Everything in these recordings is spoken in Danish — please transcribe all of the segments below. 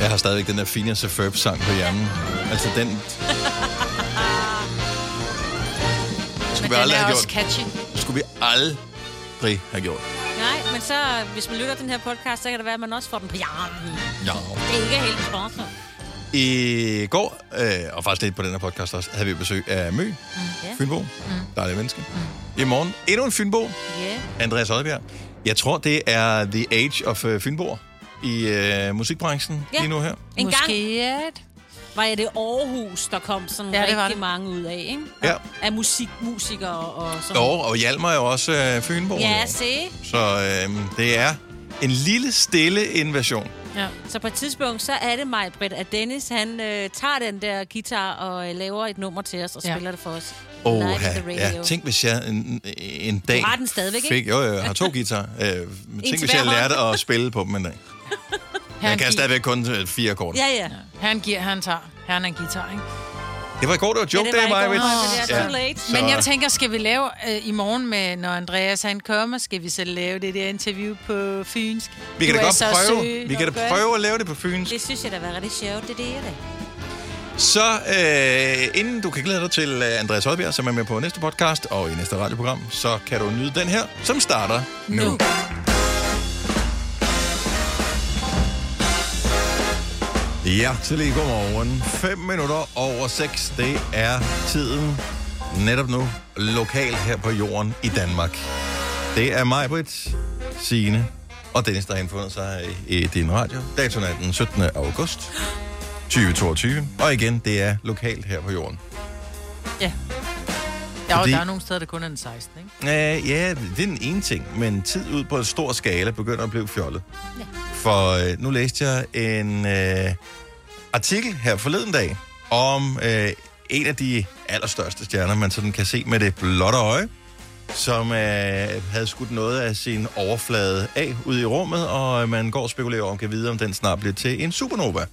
Jeg har stadigvæk den der fine Suburb-sang på hjernen. Altså den... Men Skulle vi den aldrig er have også gjort. catchy. Skulle vi aldrig have gjort. Nej, men så, hvis man lytter den her podcast, så kan det være, at man også får den på hjernen. Ja. Det er ikke helt sponsoret. I går, øh, og faktisk lidt på den her podcast også, havde vi besøg af Mø, Mm, Ja. Mm. Fynbo. Dejlig menneske. I morgen endnu en Fynbo. Ja. Andreas Oddbjerg. Jeg tror, det er the age of uh, Fynborg i uh, musikbranchen Ja. lige nu her. En gang Måske et. var jeg det Aarhus, der kom sådan Ja, ja, rigtig det var det. det. mange ud af, ikke? Ja. Af musik, musikere og sådan Jo, og Hjalmar er jo også uh, Fynborg. Ja, jo. se. Så øh, det er en lille, stille invasion. Ja. Så på et tidspunkt, så er det mig, Britt, at Dennis, han øh, tager den der guitar og øh, laver et nummer til os og ja. Ja. spiller det for os. Åh, Live at the radio. ja. Tænk, hvis jeg en, en dag... har den stadigvæk, ikke? fik, Jo, jo, jeg har to guitar. Øh, tænk, til hvis hver jeg hånd. lærte at spille på dem en dag. Jeg Herren, kan gi- stadigvæk kun øh, fire akkorder. Ja, ja. herren giver, herren tager. Herren er en guitar, ikke? Det var i går, det var Ja, joke det ja, var day, i går, Majbrit. Maja, men det er Ja. too late. Så- Men jeg tænker, skal vi lave øh, i morgen, med, når Andreas han kommer, skal vi så lave det der interview på fynsk? Vi kan Du da er godt så prøve, sød. vi kan da prøve at lave det på Fyn. Det synes jeg, der var rigtig sjovt, det der. da. Så øh, inden du kan glæde dig til øh, Andreas Højbjerg, som er med på næste podcast og i næste radioprogram, så kan du nyde den her, som starter nu. nu. Ja, til lige godmorgen. 5 minutter over 6, det er tiden netop nu, lokalt her på jorden i Danmark. Det er mig, Britt, Signe og Dennis, der har indfundet sig i, i din radio. Datoen er den 17. august 2022. Og igen, det er lokalt her på jorden. Ja. Ja, og Fordi- der er nogle steder, der kun er den 16, ikke? Øh, ja, det er den ene ting, men tid ud på en stor skala begynder at blive fjollet. Ja. For øh, nu læste jeg en øh, artikel her forleden dag om øh, en af de allerstørste stjerner, man sådan kan se med det blotte øje, som øh, havde skudt noget af sin overflade af ud i rummet, og øh, man går og spekulerer om, kan vide, om den snart bliver til en supernova.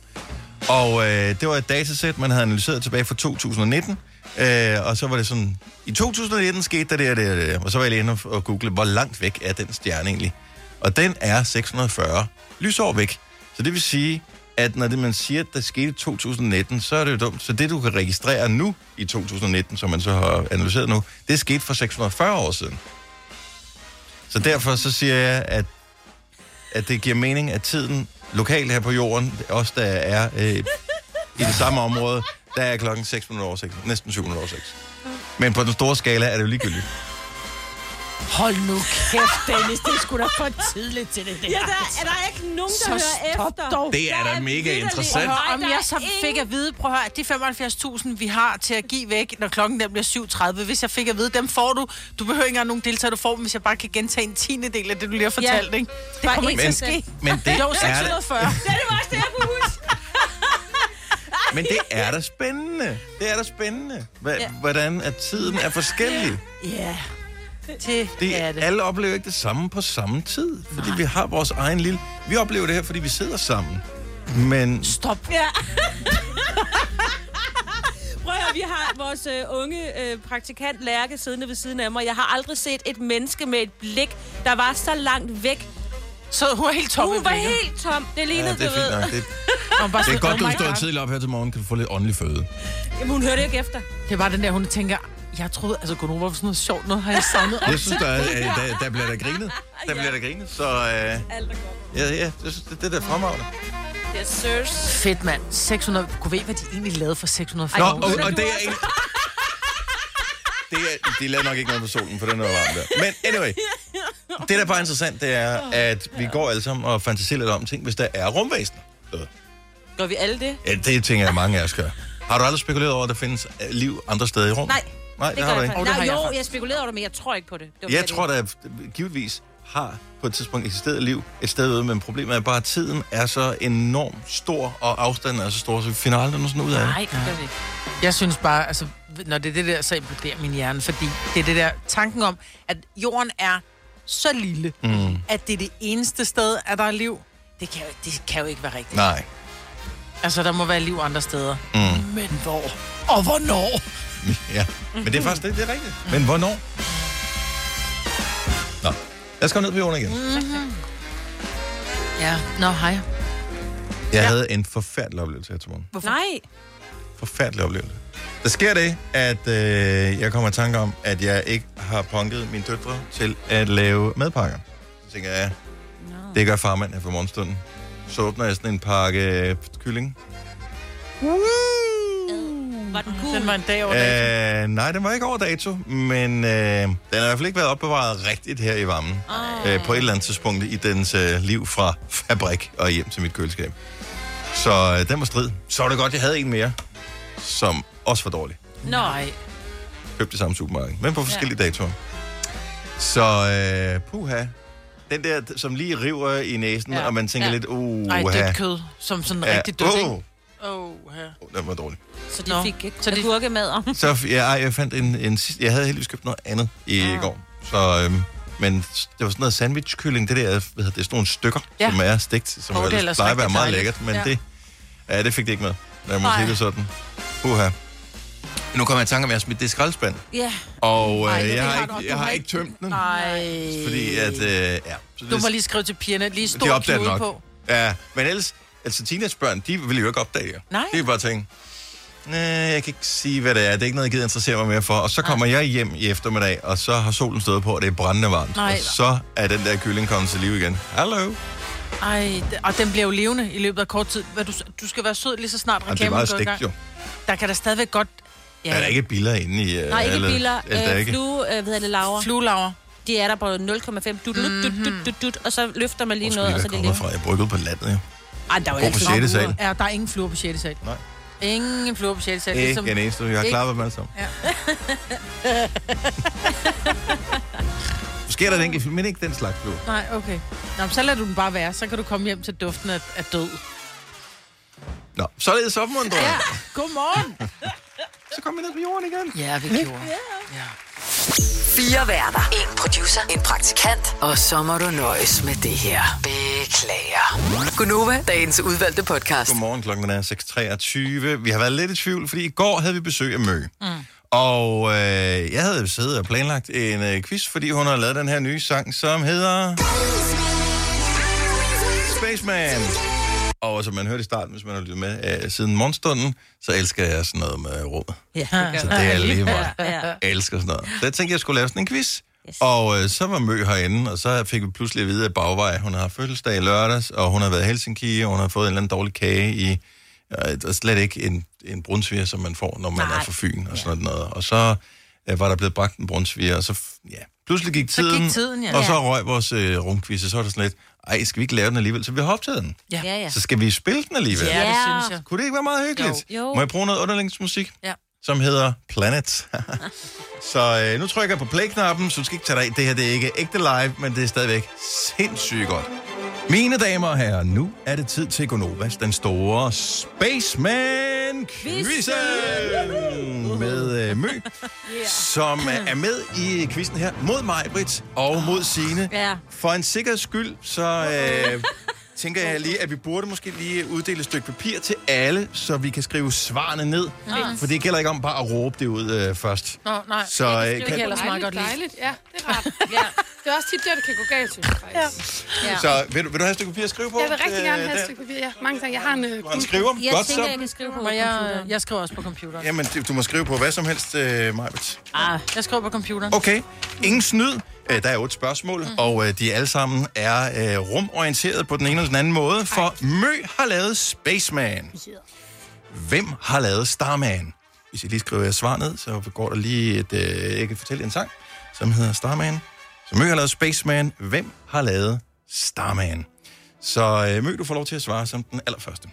Og øh, det var et datasæt, man havde analyseret tilbage fra 2019. Øh, og så var det sådan, i 2019 skete der det og det og det. Og så var jeg lige inde og- og google, hvor langt væk er den stjerne egentlig. Og den er 640 lysår væk. Så det vil sige, at når det, man siger, at der skete i 2019, så er det jo dumt. Så det, du kan registrere nu i 2019, som man så har analyseret nu, det skete for 640 år siden. Så derfor så siger jeg, at at det giver mening, at tiden lokalt her på jorden, også der er øh, i det samme område, der er klokken 6 minutter over 6, næsten 7 minutter over 6. Men på den store skala er det jo ligegyldigt. Hold nu kæft, Dennis, det skulle da for tidligt til det der. Ja, der, er der ikke nogen, der så hører stop efter? dog. Det er da mega interessant. Hør, om der jeg er så ingen- fik at vide, prøv at høre, de 75.000, vi har til at give væk, når klokken den bliver 7.30, hvis jeg fik at vide, dem får du. Du behøver ikke engang nogen deltagere, du får dem, hvis jeg bare kan gentage en tiende del af det, du lige har fortalt, ikke? Det Bare kommer en ikke til at ske. procent. Men det, Jo, er da, 640. Ja, det var også det, jeg kunne huske. men det er da spændende. Det er da spændende, hva, ja. hvordan at tiden er forskellig. Ja, det, Det, er det. Alle oplever ikke det samme på samme tid, fordi Nej. vi har vores egen lille... Vi oplever det her, fordi vi sidder sammen. Men Stop. Ja. Prøv at høre, vi har vores øh, unge øh, praktikant Lærke siddende ved siden af mig. Jeg har aldrig set et menneske med et blik, der var så langt væk. Så hun er helt tom. i Hun var blikket. helt tom. Det ja, lignede, det er du ved. fint nok. Det, Og hun bare det er sådan, godt, oh du my står God. tidligt op her til morgen, kan du få lidt åndelig føde. Jamen, hun hørte ikke efter. Det var den der, hun tænker, jeg troede, altså Gunnar, hvorfor sådan noget sjovt noget har jeg savnet? Jeg synes, der, er, øh, der, der bliver der grinet. Der bliver der grinet, så øh, Alt er godt. ja, ja, det, det, det er da fremragende. Yes, sirs. Fedt, mand. 600, kunne ved, hvad de egentlig lavede for 640 Nå, år og, siden? og det er ikke... Det er, de lavede nok ikke noget på solen, for den er varm der. Men anyway, det der bare er interessant, det er, at vi går alle sammen og fantaserer lidt om ting, hvis der er rumvæsener. Øh, Gør vi alle det? Ja, det tænker jeg, mange af os gør. Har du aldrig spekuleret over, at der findes øh, liv andre steder i rummet? Nej, Nej, det, det har gør du jeg ikke. faktisk. Og det har Nej, jeg jo, faktisk. jeg spekulerede over det, men jeg tror ikke på det. det var Jeg slet tror, der er- givetvis har på et tidspunkt eksisteret liv et sted ude, men problemet er bare, at tiden er så enormt stor, og afstanden er så stor, så vi finder aldrig noget sådan ud af ikke. det. Nej, det gør vi ikke. Jeg synes bare, altså, når det er det der, så imploderer min hjerne, fordi det er det der tanken om, at jorden er så lille, mm. at det er det eneste sted, at der er liv. Det kan jo, det kan jo ikke være rigtigt. Nej. Altså, der må være liv andre steder. Mm. Men hvor? Og hvornår? Ja. Men det er faktisk det, det er rigtigt. Men hvornår? Nå. Mhm. Lad os komme ned på jorden igen. Ja, nå, hej. Jeg ja. havde en forfærdelig oplevelse her til morgen. Hvorfor? Nej. Forfærdelig oplevelse. Der sker det, at øh, jeg kommer i tanke om, at jeg ikke har punket mine døtre til at lave madpakker. Så tænker jeg, No. det gør farmand her for morgenstunden. Så åbner jeg sådan en pakke øh, kylling. Var den cool? Den var en dag over dagen. Øh, nej, den var ikke over dato, men øh, den har i hvert fald ikke været opbevaret rigtigt her i varmen. Ah. Øh, på et eller andet tidspunkt i dens øh, liv fra fabrik og hjem til mit køleskab. Så øh, den var strid. Så var det godt, jeg havde en mere, som også var dårlig. Nå. Nej. Købte i samme supermarked, men på forskellige ja. datoer. Så øh, puha. Den der, som lige river i næsen, ja. Ja. og man tænker ja. Ja. lidt, uh, Ej, dødt kød, som sådan ja. rigtig dødt, uh, ikke? Åh, her. uh, den var dårlig. Så de Nå. fik ikke Så de- agurkemader. Så f- ja, ej, jeg fandt en, en sid- jeg havde heldigvis købt noget andet i ah. går. Så, øhm, men s- det var sådan noget sandwichkylling, det der, hvad hedder det, sådan nogle stykker, ja. Ja. som er stegt, som Åh, oh, det er ellers ellers plejer at være rigtig meget dejligt. lækkert, men ja. Ja. det, ja, det fik det ikke med. Lad mig Nej. sige det sådan. Uha. Nu kommer jeg i tanke om, at jeg har smidt det i skraldespand, Ja. og øh, Ej, det jeg, har har ikke, du- du jeg har har ikke ikke- tømt den, Nej. fordi at, øh, ja. Så Du må lige skrive til pigerne, lige stor de opdager det knude nok. på. Ja, men ellers, altså teenagebørn, de vil jo ikke opdage jer. Nej. De vil bare tænke, "Næh, jeg kan ikke sige, hvad det er. Det er ikke noget, jeg gider interessere mig mere for. Og så kommer jeg hjem i eftermiddag, og så har solen stået på, og det er brændende varmt. Nej. Og så er den der kylling kommet til live igen. Hallo. Ej, d- og den bliver jo levende i løbet af kort tid. Hvad, du, s- du skal være sød lige så snart Og det er reklamen meget går i gang. stegt jo. Der kan der stadigvæk godt... Ja. Er der ikke biller inde i? øh, Nej, ikke eller- biler. eller der er Øh, ikke? flue, øh, hvad hedder det, laver. Fluelaver. De er der på 0,5. Dut, dut, dut, dut, dut, dut, og så løfter man lige Hvor noget, skulle og så er de være det kommet lige... fra? Jeg bryggede på landet, Ej, jo. der er jo Hvor på altid sjette fluer. sal? Ja, der er ingen fluer på 6. sal. Nej. Ingen fluer på 6. sal. ligesom- Ikke en eneste. Jeg har klappet dem alle sammen. Ja. Måske er der en enkelt, men ikke den slags flue. Nej, okay. Nå, men så lader du den bare være. Så kan du komme hjem til duften af, af død. Nå, således opmuntret. Ja. Godmorgen. Så kom vi ned på jorden igen. ja, vi gjorde. Fire værter. En producer. En praktikant. Og så må du nøjes med det her. Beklager. Gunova, dagens udvalgte podcast. Godmorgen, klokken er 6.23. Vi har været lidt i tvivl, fordi i går havde vi besøg af Mø. Mm. Og øh, jeg havde siddet og planlagt en øh, quiz, fordi hun har lavet den her nye sang, som hedder... Spaceman! Og som man hørte i starten, hvis man har lyttet med øh, siden morgenstunden, så elsker jeg sådan noget med rummet. Ja, Så det er lige meget. ja. Jeg elsker sådan noget. Så jeg tænkte, jeg skulle lave sådan en quiz. Yes. Og øh, så var Mø herinde, og så fik vi pludselig at vide af bagvej, hun har fødselsdag i lørdags, og hun har været i Helsinki, og hun har fået en eller anden dårlig kage i, øh, og slet ikke en, en brunsviger, som man får, når man Nej. Nej. er fra Fyn og sådan noget. Og så øh, var der blevet bragt en brunsviger, og så, f- ja, pludselig gik gik tiden, tiden, ja. og så røg vores øh, rumquiz, og så var det sådan lidt, ej, skal vi ikke lave den alligevel? Så vi har optaget den. Ja. Ja, ja. Så skal vi spille den alligevel. Ja, det synes jeg. Kunne det ikke være meget hyggeligt? Jo. Jo. Må jeg bruge noget underlægningsmusik? Ja. Som hedder Planet. så øh, nu trykker jeg på play-knappen, så du skal ikke tage dig af. Det her det er ikke ægte live, men det er stadigvæk sindssygt godt. Mine damer og herrer, nu er det tid til Gonovas, den store spaceman quizzen med øh, Mø, yeah. som er med i quizzen her mod mig, Britt, og mod Sine. Ja. For en sikkerheds skyld, så øh, tænker jeg lige, at vi burde måske lige uddele et stykke papir til alle, så vi kan skrive svarene ned. For det gælder ikke om bare at råbe det ud øh, først. Nå, nej. Så, øh, kan jeg kan, ellers meget godt Dejligt, lide. dejligt. Ja, det er rart. ja. Det er også tit der, det kan gå galt, synes jeg faktisk. Ja. så vil, du, vil du have et stykke papir at skrive på? Jeg vil rigtig Øh, gerne have et der. stykke papir. Ja, mange tak. Jeg har en... Øh, Han skriver? Jeg Godt tænker, så. jeg kan skrive på Og jeg, computeren. jeg skriver også på computeren. Jamen, du- du må skrive på hvad som helst, øh, Majbet. Ah, jeg skriver på computeren. Okay, ingen snyd. Øh, Der er otte spørgsmål, mm. og øh, de alle sammen er øh, rumorienteret på den ene eller den anden måde, for Mø har lavet Spaceman. Hvem har lavet Starman? Hvis jeg lige skriver jeres svar ned, så går der lige et... Øh, jeg kan fortælle en sang, som hedder Starman. Så Mø har lavet Spaceman. Hvem har lavet Starman? Så øh, Mø, du får lov til at svare som den allerførste.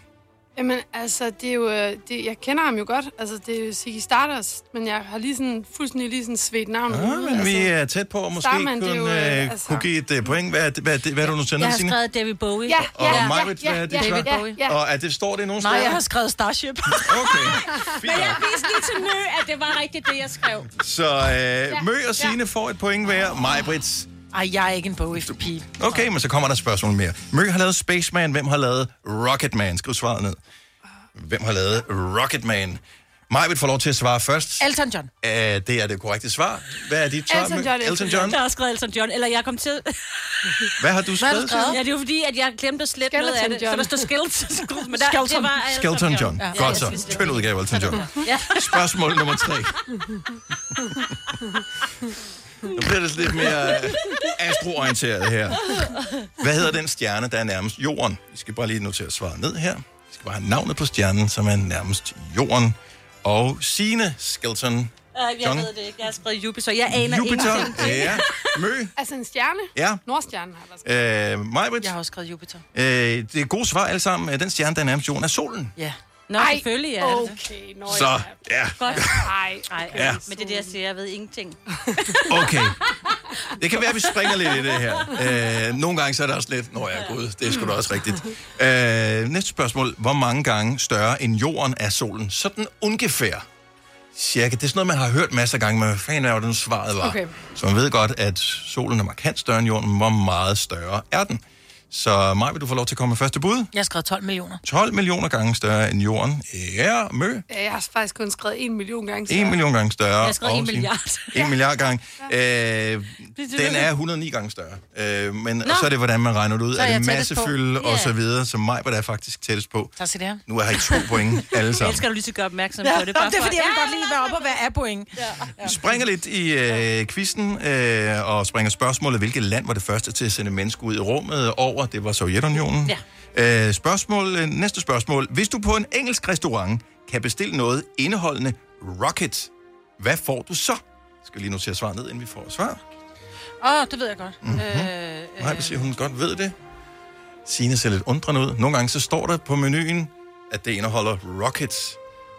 jamen, altså, det er jo... øh, Det, jeg kender ham jo godt. Altså, det er jo Ziggy Stardust, men jeg har lige sådan, fuldstændig lige sådan svedt navnet. Ja, ud, Ah, men vi altså. øh, er tæt på, og måske Starman, det er jo, kunne, øh, øh, altså... altså- kunne give et øh, point. Hvad er det, hvad er det, hvad er det du nu sender, Jeg har Signe? skrevet David Bowie. Ja, Og ja, ja, Majbrit, hvad ja, er ja, dit svar? ja, ja. Og er det, står det nogen Nej, steder? jeg har skrevet Starship. Okay, fint nok. Vis lige til Mø, at det var rigtigt, det jeg skrev. Så øh, Mø og Signe får et point hver. Majbrits. Ej, jeg er ikke en Bowie-pige. Okay, men så kommer der et spørgsmål mere. Mø har lavet Spaceman. Hvem har lavet Rocketman? Skriv svaret ned. Hvem har lavet Rocketman? Maj vil få lov til at svare først. Elton John. Uh, det er det korrekte svar. Hvad er dit svar? Elton Elton John, John. Elton John. Der er skrevet Elton John, eller jeg kom til... Hvad har du skrevet? Ja, det er jo fordi, at jeg glemte at slette noget af Skeleton det. John. Så der står Skeleton. Men der, det var Elton Skelton John. Ja, Godt jeg så. synes, det var- Tynd udgave, af Elton John. Ja. Spørgsmål nummer tre. Nu bliver det lidt mere øh, astroorienteret her. Hvad hedder den stjerne, der er nærmest jorden? Vi skal bare lige notere svaret ned her. Vi skal bare have navnet på stjernen, som er nærmest jorden. Og Sine Skelton Øh, Jeg John. ved det ikke. Jeg har skrevet Jupiter. Jeg aner Jupiter. ingenting. øh, Ja. Mø. Altså en stjerne? Ja. Nordstjernen har der skrevet. Øh, Majbrit. Jeg har også skrevet Jupiter. Øh, det er gode svar alle sammen. Øh, Den stjerne, der er nærmest jorden, er solen. Ja. Nå, Ej, selvfølgelig er det. Okay, nå Så, ja, Godt. Ej, Nej, Ja. ja. men det er det, jeg siger. Jeg ved ingenting. okay. Det kan være, at vi springer lidt i det her. Øh, nogle gange så er det også lidt, nå ja, gud, det er sgu da også rigtigt. Øh, næste spørgsmål. Hvor mange gange større end jorden er solen? Sådan ungefær. Cirka. Det er sådan noget, man har hørt masser af gange, men hvad fanden er jo den svaret var? Okay. Så man ved godt, at solen er markant større end jorden, men hvor meget større er den? Så Maj, vil du få lov til at komme med første bud? Jeg har skrevet 12 millioner. 12 millioner gange større end jorden. Ja, mø. Ja, jeg har faktisk kun skrevet en million gange. så- 1 million gange større. Jeg skrev og en sin- milliard. En milliard gange. Øh, den er 109 gange større. Øh, men Nå. så er det, hvordan man regner det ud. er er jeg det tættest på. massefylde og Ja. så videre, som mig, hvor der er faktisk tættest på. Tak skal det her. Nu har I to point alle Jeg sammen. elsker, at du lige skal gøre opmærksom Ja, på det. det, Bare det er for- fordi, jeg vil Ja, godt lige være oppe og være af point. Ja. Vi springer lidt i øh, quizzen øh, og springer spørgsmålet, hvilket land var det første til at sende mennesker ud i rummet over? Det var Sovjetunionen. Ja. Øh, spørgsmål, øh, næste spørgsmål. Hvis du på en engelsk restaurant kan bestille noget indeholdende rocket, hvad får du så? Skal vi lige notere svaret ned, inden vi får svar? Åh, oh, det ved jeg godt. Mhm. Mm-hmm. Øh, øh, Nej, hvis hun godt ved det. Signe ser lidt undrende ud. Nogle gange så står der på menuen, at det indeholder rockets.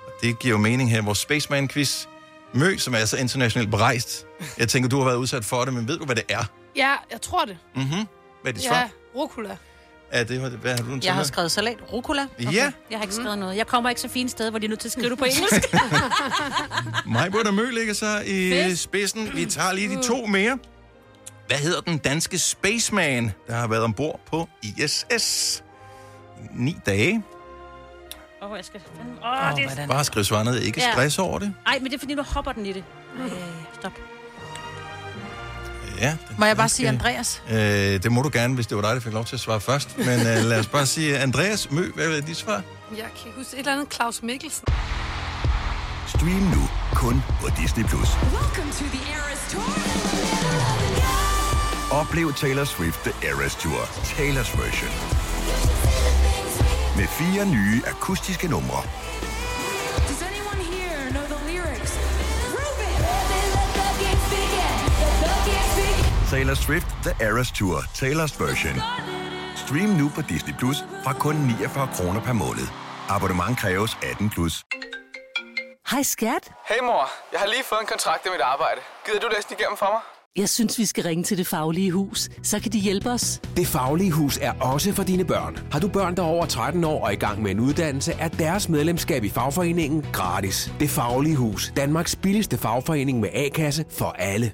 Og det giver jo mening her i vores Spaceman-quiz. Mø, som er så internationalt berejst. Jeg tænker, du har været udsat for det, men ved du, hvad det er? Ja, jeg tror det. Mm-hmm. Hvad er dit ja. Ja, svar? rucola. Er det, hvad- hvad har du nu jeg har skrevet salat. Rucola. Ja, Jeg har ikke skrevet noget. Jeg kommer ikke så fint sted, hvor de er nødt til at skrive det på engelsk. mig og Mø ligger så i Fedt. spidsen. Vi tager lige de to mere. Hvad hedder den danske spaceman, der har været ombord på ISS? Ni dage. Åh, oh, jeg skal... Åh, oh, det er... hvordan? Bare skriv svaret ned. Ikke Ja. stress over det. Ej, men det er fordi, nu hopper den i det. Ej, stop. Ja, Må jeg bare sige Okay. Andreas? Øh, det må du gerne, hvis det var dig, der fik lov til at svare først. Men øh, lad os bare sige, Andreas Mø, hvad er dit svar? Jeg kan ikke huske et eller andet Claus Mikkelsen. Stream nu kun på Disney+. Plus. Oplev Taylor Swift The Eras Tour, Taylor's version. Med fire nye akustiske numre. Does anyone here know the lyrics? Prove it! Let Taylor Swift The Eras Tour, Taylor's version. Stream nu på Disney Plus fra kun 49 kroner per måned. Abonnement kræves 18 plus. Hej skat, Hey mor, jeg har lige fået en kontrakt med mit arbejde. Gider du læse den igennem for mig? jeg synes vi skal ringe til Det Faglige Hus. Så kan de hjælpe os. Det Faglige Hus er også for dine børn. Har du børn, der er over 13 år og i gang med en uddannelse, er deres medlemskab i fagforeningen gratis. Det Faglige Hus. Danmarks billigste fagforening med A-kasse for alle.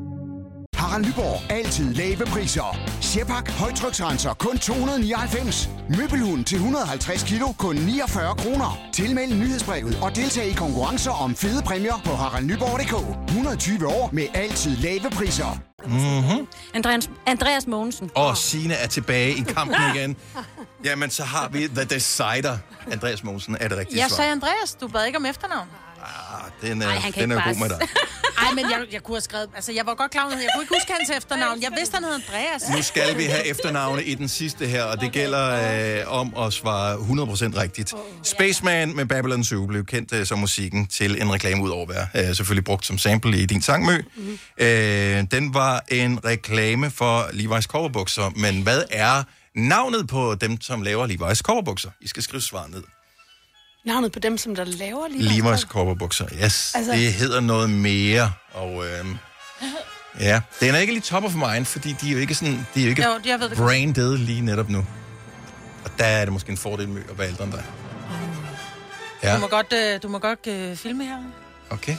Harald Nyborg. Altid lave priser. Sjehpak. Højtryksrenser. Kun 299. Møbelhund til 150 kilo. Kun 49 kroner. Tilmeld nyhedsbrevet og deltag i konkurrencer om fede præmier på haraldnyborg.dk. 120 år med altid lave priser. Andreas, Andreas Mogensen. Mm-hmm. Og Sine er tilbage i kampen igen. Jamen, så har vi The Decider. Andreas Mogensen er det rigtige Jeg svar. sagde Andreas. Du bad ikke om efternavn. Ah, den er, Ej, han kan den ikke er god bare- med dig. Nej, men jeg, jeg kunne have skrevet... Altså, jeg var godt klar over, jeg kunne ikke huske hans efternavn. Jeg vidste, han hed Andreas. Nu skal vi have efternavne i den sidste her, og det gælder øh, om at svare 100% rigtigt. Spaceman med Babylon 7 blev kendt øh, som musikken til en reklame ud over at være øh, selvfølgelig brugt som sample i din sangmø. Mm-hmm. Øh, den var en reklame for Levi's coverbukser, men hvad er navnet på dem, som laver Levi's coverbukser? I skal skrive svaret ned. Navnet på dem, som der laver lige Levi's coverbukser, yes. Altså- Det hedder noget mere, og øh, Ja, den er ikke lige top of mind, fordi de er jo ikke sådan, de er jo ikke Jo, jeg ved det godt. brain dead lige netop nu. Og der er det måske en fordel med at være ældre end dig. Ja. Du Ja, må godt, øh, du må godt øh, filme her. okay.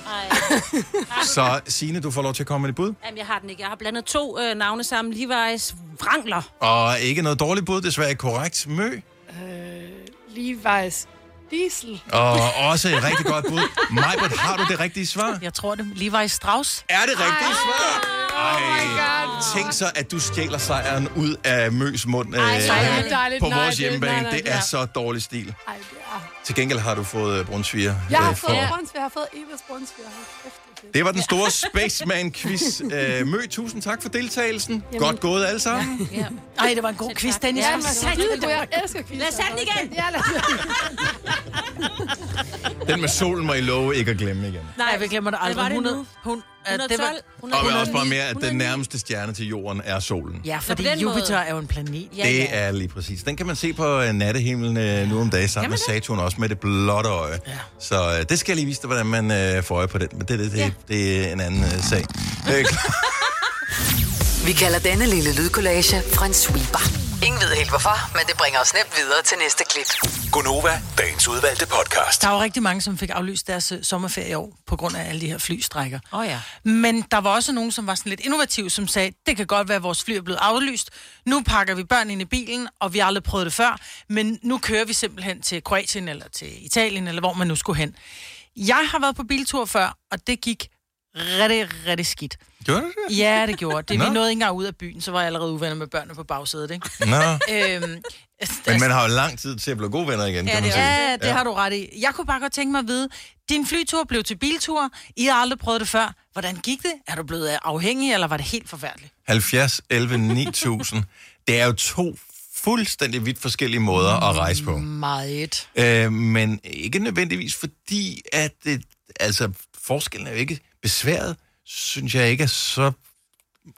Så Signe, du får lov til at komme med et bud. Jamen, jeg har den ikke. Jeg har blandet to øh, navne sammen. Levi's Wrangler. Og ikke noget dårligt bud, desværre ikke korrekt. Mø. Levi's Diesel. Og også et rigtig godt bud. Majbert, har du det rigtige svar? Jeg tror det. Levi Strauss. Er det rigtigt svar? Oh Ej, tænk så, at du stjæler sejren ud af Møs mund øh, nej, nej, på nej, vores det- nej, hjemmebane. nej, Det er ja. så dårlig stil. Ej, det er... Til gengæld har du fået øh, brunsviger. Jeg har øh, fået for- brunsviger, jeg har fået Evas brunsviger. Hold kæft, det er fedt. Det var den store Spaceman-quiz. Øh, Mø, tusind tak for deltagelsen. Jamen. Godt gået alle sammen. Ja. Ej, det var en god quiz, Dennis. Ja, den var skide god. Jeg elsker quizzer. Lad os have den igen. Ja, lad os Den med solen må I love ikke at glemme igen. Nej, vi glemmer det aldrig. Hvad var det 100, nu? hun, øh, 112, det var, Og vi også bare 109, mere, at den nærmeste stjerne til jorden er solen. ja, fordi på den Jupiter måde. er jo en planet. Ja, Det ja. er lige præcis. Den kan man se på øh, nattehimlen øh, nu om dagen sammen med Saturn, også med det blotte øje. Så øh, det skal jeg lige vise dig, hvordan man øh, får øje på den. Men det, det, det, det er en anden øh, sag. Øh, Vi kalder denne lille lydkollage en sweeper. Ingen ved helt hvorfor, men det bringer os nemt videre til næste klip. Gunova, dagens udvalgte podcast. Der er jo rigtig mange, som fik aflyst deres øh, sommerferie i år, på grund af alle de her flystrækker. Åh oh, ja. Men der var også nogen, som var sådan lidt innovative, som sagde, det kan godt være, at vores fly er blevet aflyst. Nu pakker vi børn ind i bilen, og vi har aldrig prøvet det før, men nu kører vi simpelthen til Kroatien eller til Italien, eller hvor man nu skulle hen. Jeg har været på biltur før, og det gik rigtig, rigtig skidt. Gjorde du det? Ja, det gjorde det. Vi Nå. nåede ikke engang ud af byen, så var jeg allerede uvenner med børnene på bagsædet, ikke? Nå. Øhm, Men man har jo lang tid til at blive gode venner igen, Ja, kan man det, sige. ja, det har du ret i. Jeg kunne bare godt tænke mig at vide, din flytur blev til biltur. I har aldrig prøvet det før. Hvordan gik det? Er du blevet øh, afhængig, eller var det helt forfærdeligt? 70, 11, 9000. Det er jo to fuldstændig vidt forskellige måder at rejse på. Meget. Øh, men ikke nødvendigvis, fordi at det, altså, forskellen er jo ikke besværet, synes jeg ikke er så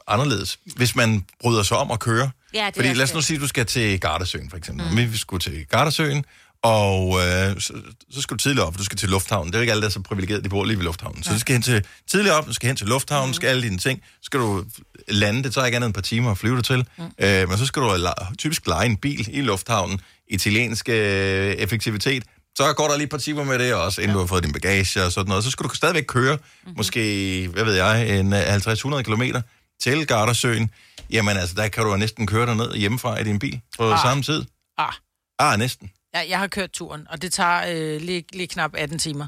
anderledes, hvis man bryder sig om at køre. Ja, det er fordi også lad os nu det. sige, at du skal til Gardasøen, for eksempel. Mm. Vi skulle til Gardasøen, og øh, så, så skal du tidligere op, for du skal til lufthavnen. Det er jo ikke alle, der er så privilegeret, de bor lige ved lufthavnen. Så du skal hen til tidligere op, du skal hen til lufthavnen, mm. skal alle dine ting, så skal du lande, det tager ikke andet end et par timer at flyve dig til. Mm. Øh, men så skal du la- typisk lege en bil i lufthavnen, italiensk øh, effektivitet. Så går der lige et par timer med det også, inden ja. du har fået din bagage og sådan noget. Så skal du stadigvæk køre, mm-hmm. måske, hvad ved jeg, en øh, 50-100 kilometer til Gardasøen. Jamen altså, der kan du jo næsten køre dig ned hjemmefra i din bil på Ah. ah. samme tid. Ah. Ah, næsten. Jeg, jeg har kørt turen, og det tager øh, lige, lige knap 18 timer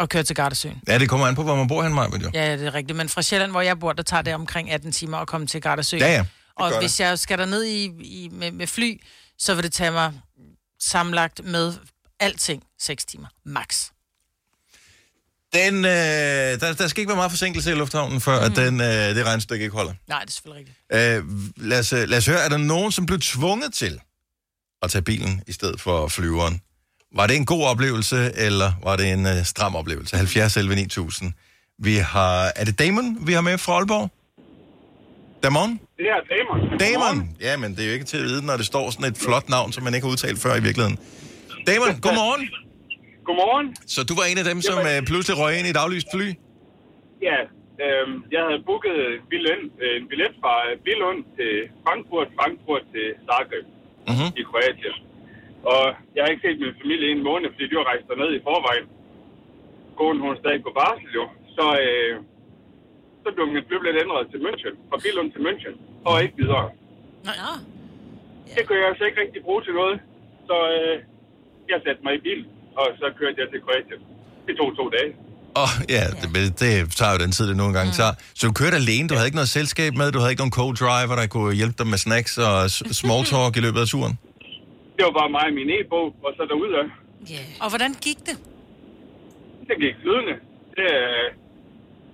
at køre til Gardasøen. Ja, det kommer an på, hvor man bor hen, Maja, men jo. Ja, det er rigtigt. Men fra Sjælland, hvor jeg bor, der tager det omkring 18 timer at komme til Gardasøen. Ja, ja, det Og gør hvis det. jeg skal derned i, i, med, med fly, så vil det tage mig sammenlagt med alting 6 timer. Max. Den, øh, der, der skal ikke være meget forsinkelse i lufthavnen, før mm. at den, øh, det regnstykke ikke holder. Nej, det er selvfølgelig rigtigt. Øh, lad, os, lad os høre, er der nogen, som blev tvunget til at tage bilen i stedet for flyveren? Var det en god oplevelse, eller var det en øh, stram oplevelse? 70 11 9000. Vi har, er det Damon, vi har med fra Aalborg? Damon? Det er damer. Damon! Ja, men det er jo ikke til at vide, når det står sådan et flot navn, som man ikke har udtalt før i virkeligheden. Damon, godmorgen! Godmorgen. Så du var en af dem, som øh, pludselig røg ind i et aflyst fly? Ja, øh, jeg havde booket en billet, øh, en billet fra øh, Billund til Frankfurt, Frankfurt til Zagreb mm-hmm. i Kroatien. Og jeg har ikke set min familie i en måned, fordi de var rejst derned i forvejen. Konen, hun er stadig på barsel jo. Så, øh, så blev min flybillet ændret til München, fra Billund til München, og ikke videre. Nå, ja. Det kunne jeg altså ikke rigtig bruge til noget, så øh, jeg satte mig i bil, og så kørte jeg til Kroatien. Det tog to dage. Åh, ja, det, men det tager jo den tid, det nogle gange tager. Så du kørte alene, du havde ikke noget selskab med, du havde ikke nogen co-driver, der kunne hjælpe dig med snacks og s- small talk i løbet af turen? Det var bare mig og min e-bog, og så derudad. Yeah. Og hvordan gik det? Det gik flydende. Det, øh,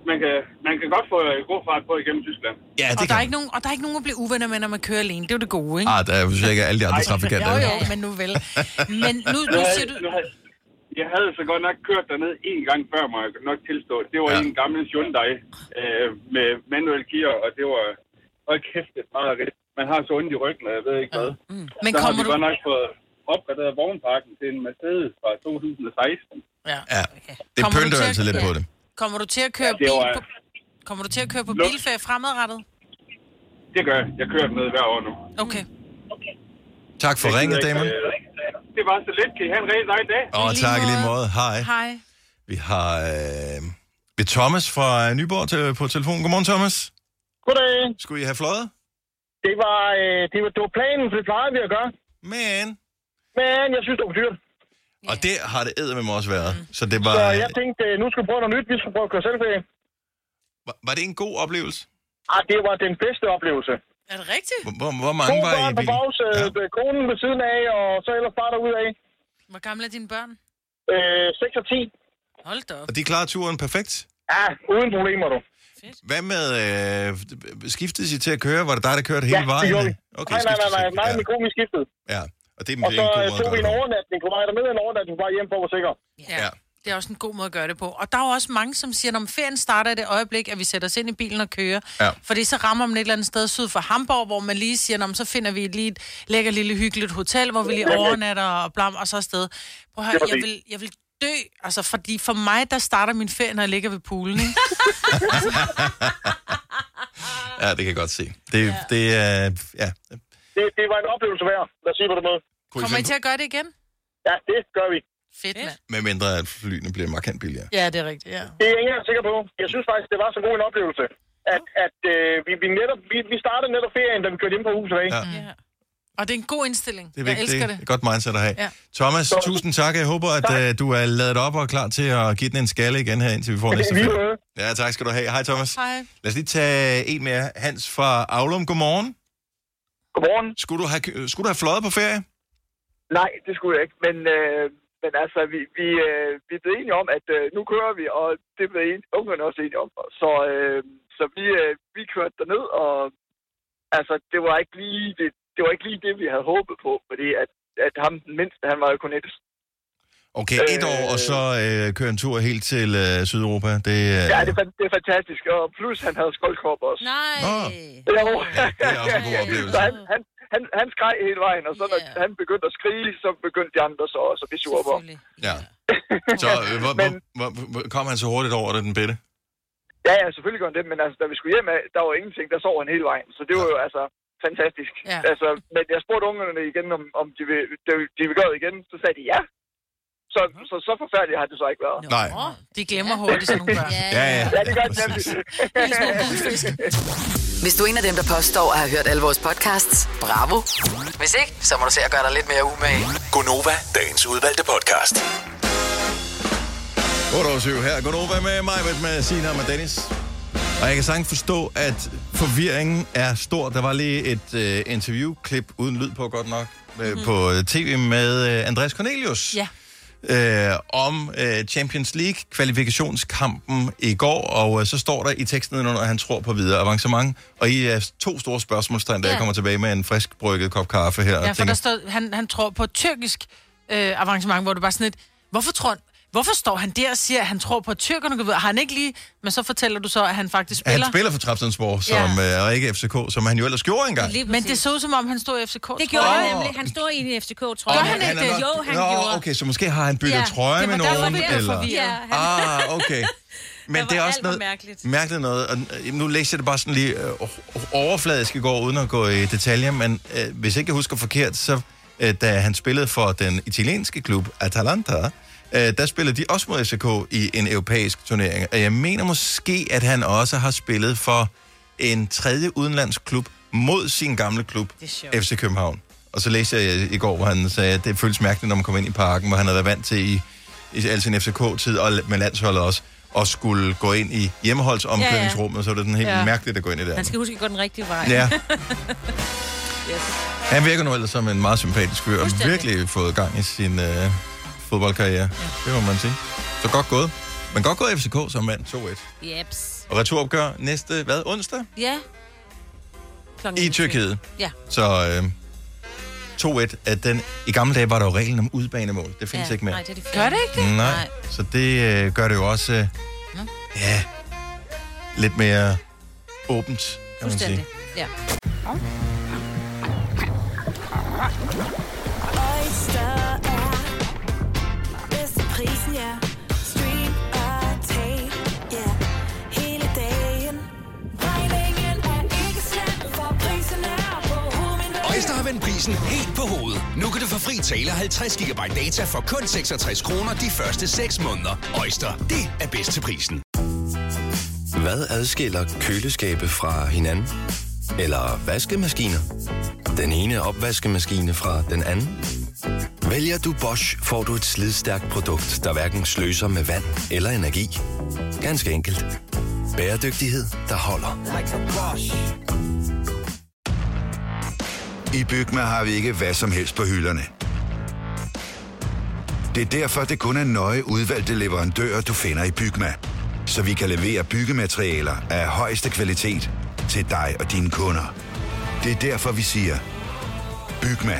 man, kan, man kan godt få øh, god fart på igennem Tyskland. Ja, og, der er ikke nogen, og der er ikke nogen at blive uvenner med, når man kører alene. Det er jo det gode, ikke? Ah, der er jo sikkert ikke alle de andre trafikanter. Jo, jo, men nu vel. Men nu, nu Jeg havde- siger du... jeg havde- Jeg havde så godt nok kørt derned en gang før, må jeg nok tilstå. Det var ja. en gammel Hyundai øh, med manuel gear, og det var... Hold kæft, det var rigtigt. Man har så ondt i ryggen, og jeg ved ikke hvad. Mm. Men så kommer har vi du- godt nok fået opgraderet vognparken til en Mercedes fra 2016. Ja. Det Kommer du pynter til jo at- altid lidt ja. på det. Kommer du til at køre det bil var- på... Kommer du til at køre på Luk. bilferie fremadrettet? Det gør jeg. Jeg kører den ned hver år nu. Okay. Tak for ringet, damen. øh, Det var så let. Kan I have en rigtig dejlig dag? Og tak i lige måde. Hej. Hej. Vi har øh, vi Thomas fra Nyborg til, på telefon. Godmorgen, Thomas. Goddag. Skulle I have fløjet? Det var, øh, det var, det var planen, for det plejer vi at gøre. Men? Men jeg synes, det var for dyrt. Og det har det eddermame også været. Mm. Så det var, Så jeg tænkte, øh, nu skal vi prøve noget nyt. Vi skal prøve at køre selvferie. var, var det en god oplevelse? Ah, det var den bedste oplevelse. Er det rigtigt? Hvor, hvor, hvor mange to var I i børn på bilen? bagsædet, ja. konen ved siden af, og så ellers bare derud af. Hvor gamle er dine børn? Øh, 6 og 10. Hold da op. Og de klarede turen perfekt? Ja, uden problemer, du. Hvad med, øh, skiftede I til at køre? Var det dig, der kørte hele ja, vejen? det gjorde vi. Okay, nej, nej, nej, skiftes nej, ikke. nej, Ja. min kone, vi skiftede. Ja, og det er Og en så god øh, måde at tog vi gøre en det. overnatning. Kunne mig der med en overnatning, bare hjem for at være sikker. Ja. Det er også en god måde at gøre det på. Og der er jo også mange, som siger, når ferien starter i det øjeblik, at vi sætter os ind i bilen og kører. Ja. Fordi så rammer man et eller andet sted syd for Hamburg, hvor man lige siger, "Nå, men så finder vi lige et lækker lille hyggeligt hotel, hvor vi lige Nemlig. overnatter og blam, og så afsted. Det Prøv at er høre, jeg præcis. vil, jeg vil dø. Altså, fordi for mig, der starter min ferie, når jeg ligger ved poolen. Ikke? Ja, det kan jeg godt se. Det, ja. det er, ja. Det, det var en oplevelse værd. Lad os sige på den måde. Kommer I til at gøre det igen? Ja, det gør vi. Fedt, mand. Med mindre, at flyene bliver markant billigere. Ja, det er rigtigt, ja. Det er jeg ikke engang sikker på. Jeg synes faktisk, det var så god en oplevelse, at, at øh, vi, vi, netop, vi, vi startede netop ferien, da vi kørte ind på huset af. Ja. Og det er en god indstilling. Det er jeg vigtigt. elsker Det er det. et godt mindset at have. Ja. Thomas, så. tusind tak. Jeg håber, at uh, du er ladet op og klar til at give den en skalle igen her, indtil vi får næste Lige film. Ja, tak skal du have. Hej, Thomas. Hej. Lad os lige tage en mere. Hans fra Aulum, godmorgen. Godmorgen. Skulle du have, kø- skulle du have fløjet på ferie? Nej, det skulle jeg ikke, men, øh, men altså, vi, vi, øh, vi blev enige om, at øh, nu kører vi, og det blev en, ungerne også enige om. Så, øh, så vi, øh, vi kørte derned, og altså, det var ikke lige det, det, var ikke lige det vi havde håbet på, fordi at, at ham den mindste, han var jo kun et. Okay, et år, og så øh, køre en tur helt til øh, Sydeuropa. Det, øh, Ja, det, er fan- det er fantastisk, og plus han havde skoldkop også. Nej! Jo. det er også en god oplevelse. Så han, han, han, han skreg hele vejen, og så når yeah. han begyndte at skrige, så begyndte de andre så også at blive sure på. ham. ja. Så øh, hvor, hvor, hvor, hvor, kom han så hurtigt over det, den bitte? Ja, ja, selvfølgelig gør han det, men altså, da vi skulle hjem af, der var ingenting, der sov han hele vejen. Så det var jo altså fantastisk. Ja. Altså, men jeg spurgte ungerne igen, om, om de, vil, de, vil- de vil gøre det igen, så sagde de ja. Så, så, så forfærdeligt har det så ikke været. Nej. De glemmer hurtigt sådan nogle børn. Ja, ja. Ja, det gør de nemlig. Hvis du er en af dem, der påstår at have hørt alle vores podcasts, bravo. Hvis ikke, så må du se at gøre dig lidt mere umage. Gonova, dagens udvalgte podcast. Mm. 8 over 7 her. Godnova med mig, med Sina og med Dennis. Og jeg kan sagtens forstå, at forvirringen er stor. Der var lige et øh, interviewklip uden lyd på, godt nok, øh, Mhm. mm. på øh, tv med øh, Andreas Cornelius. Ja. Øh, om øh, Champions League-kvalifikationskampen i går, og øh, så står der i teksten nedenunder, at han tror på videre avancement. Og I er to store spørgsmålstegn, da Ja. jeg kommer tilbage med en frisk brygget kop kaffe her. og Ja, for der står, han, han tror på et tyrkisk øh, avancement, hvor du bare sådan lidt, hvorfor tror han, Hvorfor står han der og siger, at han tror på, at tyrkerne kan vide? Har han ikke lige... Men så fortæller du så, at han faktisk han spiller. spiller for Trapsensborg, som ja. øh, og ikke FCK, som han jo ellers gjorde engang. Men det så ud, som om han stod i FCK. Det gjorde han nemlig. Han stod i en FCK-trøje. Gør han ikke det? Jo, han Nå, gjorde. okay, så måske har han byttet Ja, ja, trøje det var med derfor, nogen, det er eller... forvirret. Ja, han- ah, okay. Men Der det er var også alt noget var mærkeligt. mærkeligt noget, og øh, nu læser jeg det bare sådan lige øh, overfladisk i går, uden at gå i detaljer, men øh, hvis ikke jeg husker forkert, så øh, da han spillede for den italienske klub Atalanta, øh, der spillede de også mod FCK i en europæisk turnering, og jeg mener måske, at han også har spillet for en tredje udenlandsk klub mod sin gamle klub, FC København. Og så læste jeg i går, hvor han sagde, at det føles mærkeligt, når man kommer ind i parken, hvor han havde været vant til i, i al sin FCK-tid, og med landsholdet også, og skulle gå ind i hjemmeholdsomklædningsrummet, ja, ja. så var det den helt Ja. ja. mærkeligt at gå ind i det. Han skal huske at gå den rigtige vej. Ja. yes. Han virker nu ellers som en meget sympatisk fyr, og Fuldstændig. virkelig fået gang i sin øh, fodboldkarriere. Ja. Det må man sige. Så godt gået. Men godt gået FCK som mand 2-1. Jeps. Og returopgør næste, hvad, onsdag? Ja. Klokken I Tyrkiet. Ja. Så øh, 2-1, at den, i gamle dage var der jo reglen om udbanemål. Det findes ja. ja. ikke mere. Nej, det er det Gør det Nej. Nej. Så det øh, gør det jo også, øh, ja, lidt mere åbent, kan man Fuldstændig. sige. Ja. Oyster er bedst til prisen, ja. Stream og tag, ja. Hele dagen vend prisen helt på hovedet. Nu kan du få fri tale 50 GB data for kun 66 kroner de første 6 måneder. Øjster, det er bedst til prisen. Hvad adskiller køleskabe fra hinanden? Eller vaskemaskiner? Den ene opvaskemaskine fra den anden? Vælger du Bosch, får du et slidstærkt produkt, der hverken sløser med vand eller energi. Ganske enkelt. Bæredygtighed, der holder. Like a Bosch. I Bygma har vi ikke hvad som helst på hylderne. Det er derfor, det kun er nøje udvalgte leverandører, du finder i Bygma. Så vi kan levere byggematerialer af højeste kvalitet til dig og dine kunder. Det er derfor, vi siger, Bygma.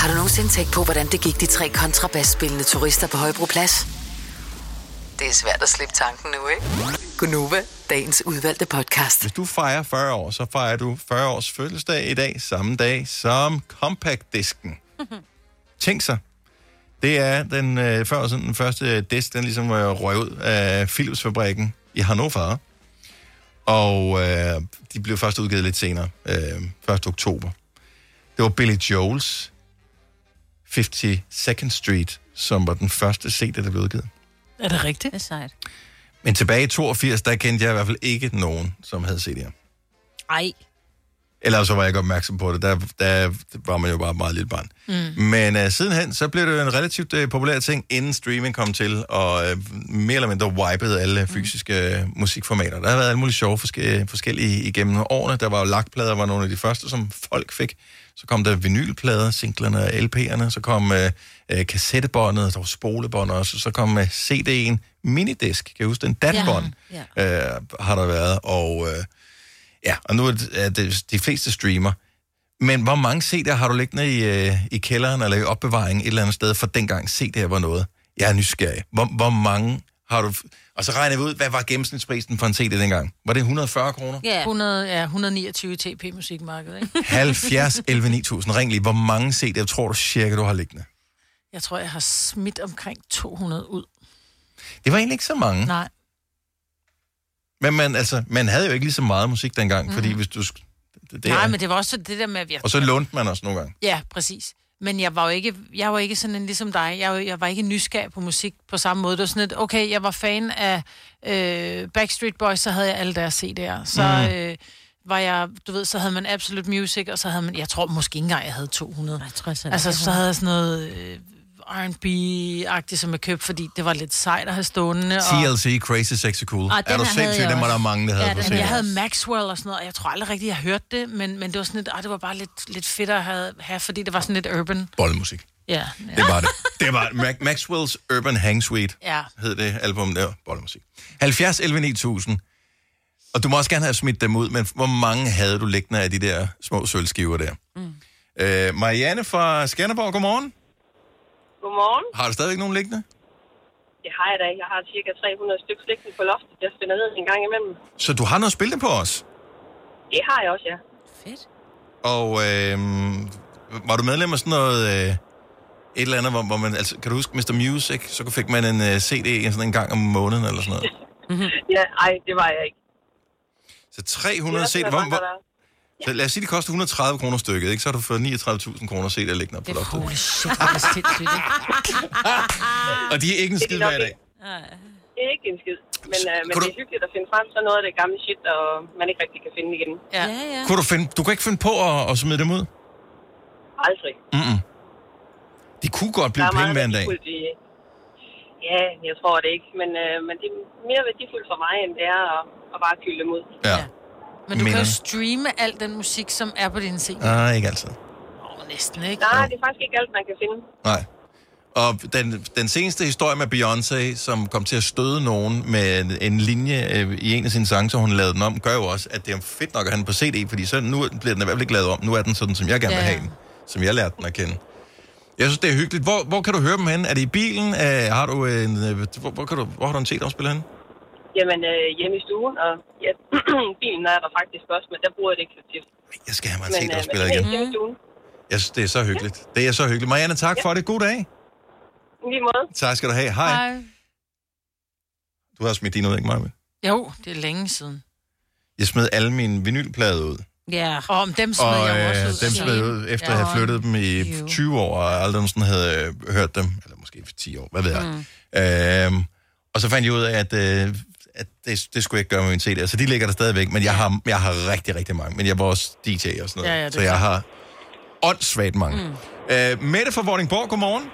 Har du nogensinde tænkt på, hvordan det gik de tre kontrabasspillende turister på Højbroplads? Det er svært at slippe tanken nu, ikke? Gunova, dagens udvalgte podcast. Hvis du fejrer 40 år, så fejrer du 40 års fødselsdag i dag, samme dag som Compact-disken. Tænk så. Det er den, øh, før, sådan, den første disk, den ligesom øh, røg ud af Philips-fabrikken i Hannover. Og øh, de blev først udgivet lidt senere, øh, 1. oktober. Det var Billy Joel's 52nd Street, som var den første CD, der blev udgivet. Er det rigtigt? Det er sejt. Men tilbage i 82, der kendte jeg i hvert fald ikke nogen, som havde CD'er. Ej. Eller så var jeg ikke opmærksom på det. Der, der var man jo bare et meget lille barn. Mm. Men uh, sidenhen, så blev det jo en relativt uh, populær ting, inden streaming kom til, og uh, mere eller mindre wipede alle fysiske uh, musikformater. Der har været alle mulige sjove forske- forskellige igennem årene. Der var jo lakplader, var nogle af de første, som folk fik. Så kom der vinylplader, singlerne og LP'erne. Så kom uh, uh, kassettebåndet, der var spolebånd også. Så kom uh, CD'en, minidisk, kan jeg huske den? Datbånd Ja. ja. uh, har der været, og... Uh, Ja, og nu er det, er det de fleste streamer. Men hvor mange CD'er har du liggende i, øh, i kælderen eller i opbevaringen et eller andet sted, for dengang CD'er var noget? Jeg er nysgerrig. Hvor, hvor mange har du... Og så regner vi ud, hvad var gennemsnitsprisen for en CD dengang? Var det 140 kroner? Ja. 100, ja, 129 TP musikmarked, ikke? 70, 11, 9000. Ring lige. Hvor mange CD'er tror du cirka, du har liggende? Jeg tror, jeg har smidt omkring 200 ud. Det var egentlig ikke så mange. Nej. Men man, altså, man havde jo ikke lige så meget musik dengang, mm. fordi Mhm. hvis du... sk- Det, det Nej, er, men det var også det der med, at jeg... Og så lånte man også nogle gange. Ja, præcis. Men jeg var jo ikke, jeg var ikke sådan en ligesom dig. Jeg, var- jeg var ikke nysgerrig på musik på samme måde. Det var sådan et, okay, jeg var fan af øh, Backstreet Boys, så havde jeg alle deres CD'er. Så Mm. mm. øh, var jeg, du ved, så havde man Absolute Music, og så havde man, jeg tror måske ikke engang, jeg havde 200. Jeg tror, jeg altså, havde så havde jeg sådan noget øh, R&B-agtigt, som jeg købte, fordi det var lidt sejt at have stående. og... TLC, Crazy Sexy Cool. Ah, er du sindssyg? Den var der mange, der havde på Jeg CD. havde Maxwell og sådan noget, og jeg tror aldrig rigtigt, jeg hørte det, men, men det var sådan lidt, ah, det var bare lidt, lidt fedt at have, have, fordi det var sådan lidt urban. Bollemusik. Ja. Det var det. Det var Mac- Maxwell's Urban Hang Suite, Ja. hed det album der, bollemusik. 70 11 9000. Og du må også gerne have smidt dem ud, men hvor mange havde du liggende af de der små sølvskiver der? Mm. Øh, Marianne fra Skanderborg, godmorgen. Godmorgen. Har du stadigvæk nogen liggende? Det har jeg da. Jeg har cirka 300 stykker slægten på loftet, der spænder ned en gang imellem. Så du har noget at spille dem på os. Det har jeg også, ja. Fedt. Og øh, var du medlem af sådan noget... Øh, et eller andet, hvor, hvor man... Altså, kan du huske Mr. Music? Så fik man en øh, CD sådan en gang om måneden eller sådan noget. Mhm. ja, ej, det var jeg ikke. Så 300 Det er CD'er. der Hvor, mange, hvor, der er. Så lad os sige, det koster 130 kroner stykket, ikke? Så har du fået 39.000 kroner set, der ligger på loftet. Holy shit, det er sindssygt, Og de er ikke en Det er skid nok hver dag. ikke. Det er ikke en skid. Men, øh, men Kunne det er hyggeligt at finde frem sådan noget af det gamle shit, og man ikke rigtig kan finde igen. Ja, ja. Kunne du, finde, du kan ikke finde på at, at smide dem ud? Aldrig. Mm-mm. De kunne godt blive penge hver en dag. værdifuldt i... Ja, jeg tror det ikke. Men, øh, men det er mere værdifuldt for mig, end det er at, at bare kylde dem ud. Ja. Men du kan jo Minderne. streame al den musik, som er på din CD. Nej, ikke altid. Åh, næsten ikke. Nej, det er faktisk ikke alt, man kan finde. Nej. Og den, den seneste historie med Beyoncé, som kom til at støde nogen med en, en linje øh, i en af sine sange, så hun lavede den om, gør jo også, at det er fedt nok at have den på CD, fordi så nu bliver den i hvert fald ikke lavet om. Nu er den sådan, som jeg gerne vil Ja. have den, som jeg lærte den at kende. Jeg synes, det er hyggeligt. Hvor, hvor kan du høre dem henne? Er det i bilen? Er, har du en, øh, hvor, hvor, kan du, hvor har du en CD-afspiller henne? Jamen, øh, hjemme i stuen, og ja, bilen er der faktisk også, men der bruger jeg det ikke så tit. Jeg skal have mig Men, en øh, CD-afspiller men igen. helt hjemme i stuen. Jeg synes, det er så hyggeligt. Det er så hyggeligt. Marianne, tak for det. God dag. I Lige måde. Tak skal du have. Hej. Du har smidt din ud, ikke mig? Jo, det er længe siden. Jeg smed alle mine vinylplader ud. Ja. Og om dem smed Og jeg jo også øh, ud. dem smed jeg ud, efter at have flyttet dem i 20 år, og aldrig nogensinde havde øh, hørt dem. Eller måske for 10 år, hvad ved jeg. Øhm, og så fandt jeg ud af, at, øh, at det, det skulle jeg ikke gøre med min CD. Så de ligger der stadigvæk, men jeg har, jeg har rigtig, rigtig mange. Men jeg var også DJ og sådan noget. Ja, ja, det så er jeg klart. har åndssvagt mange. Mm. Øh, Mette fra Vordingborg, godmorgen.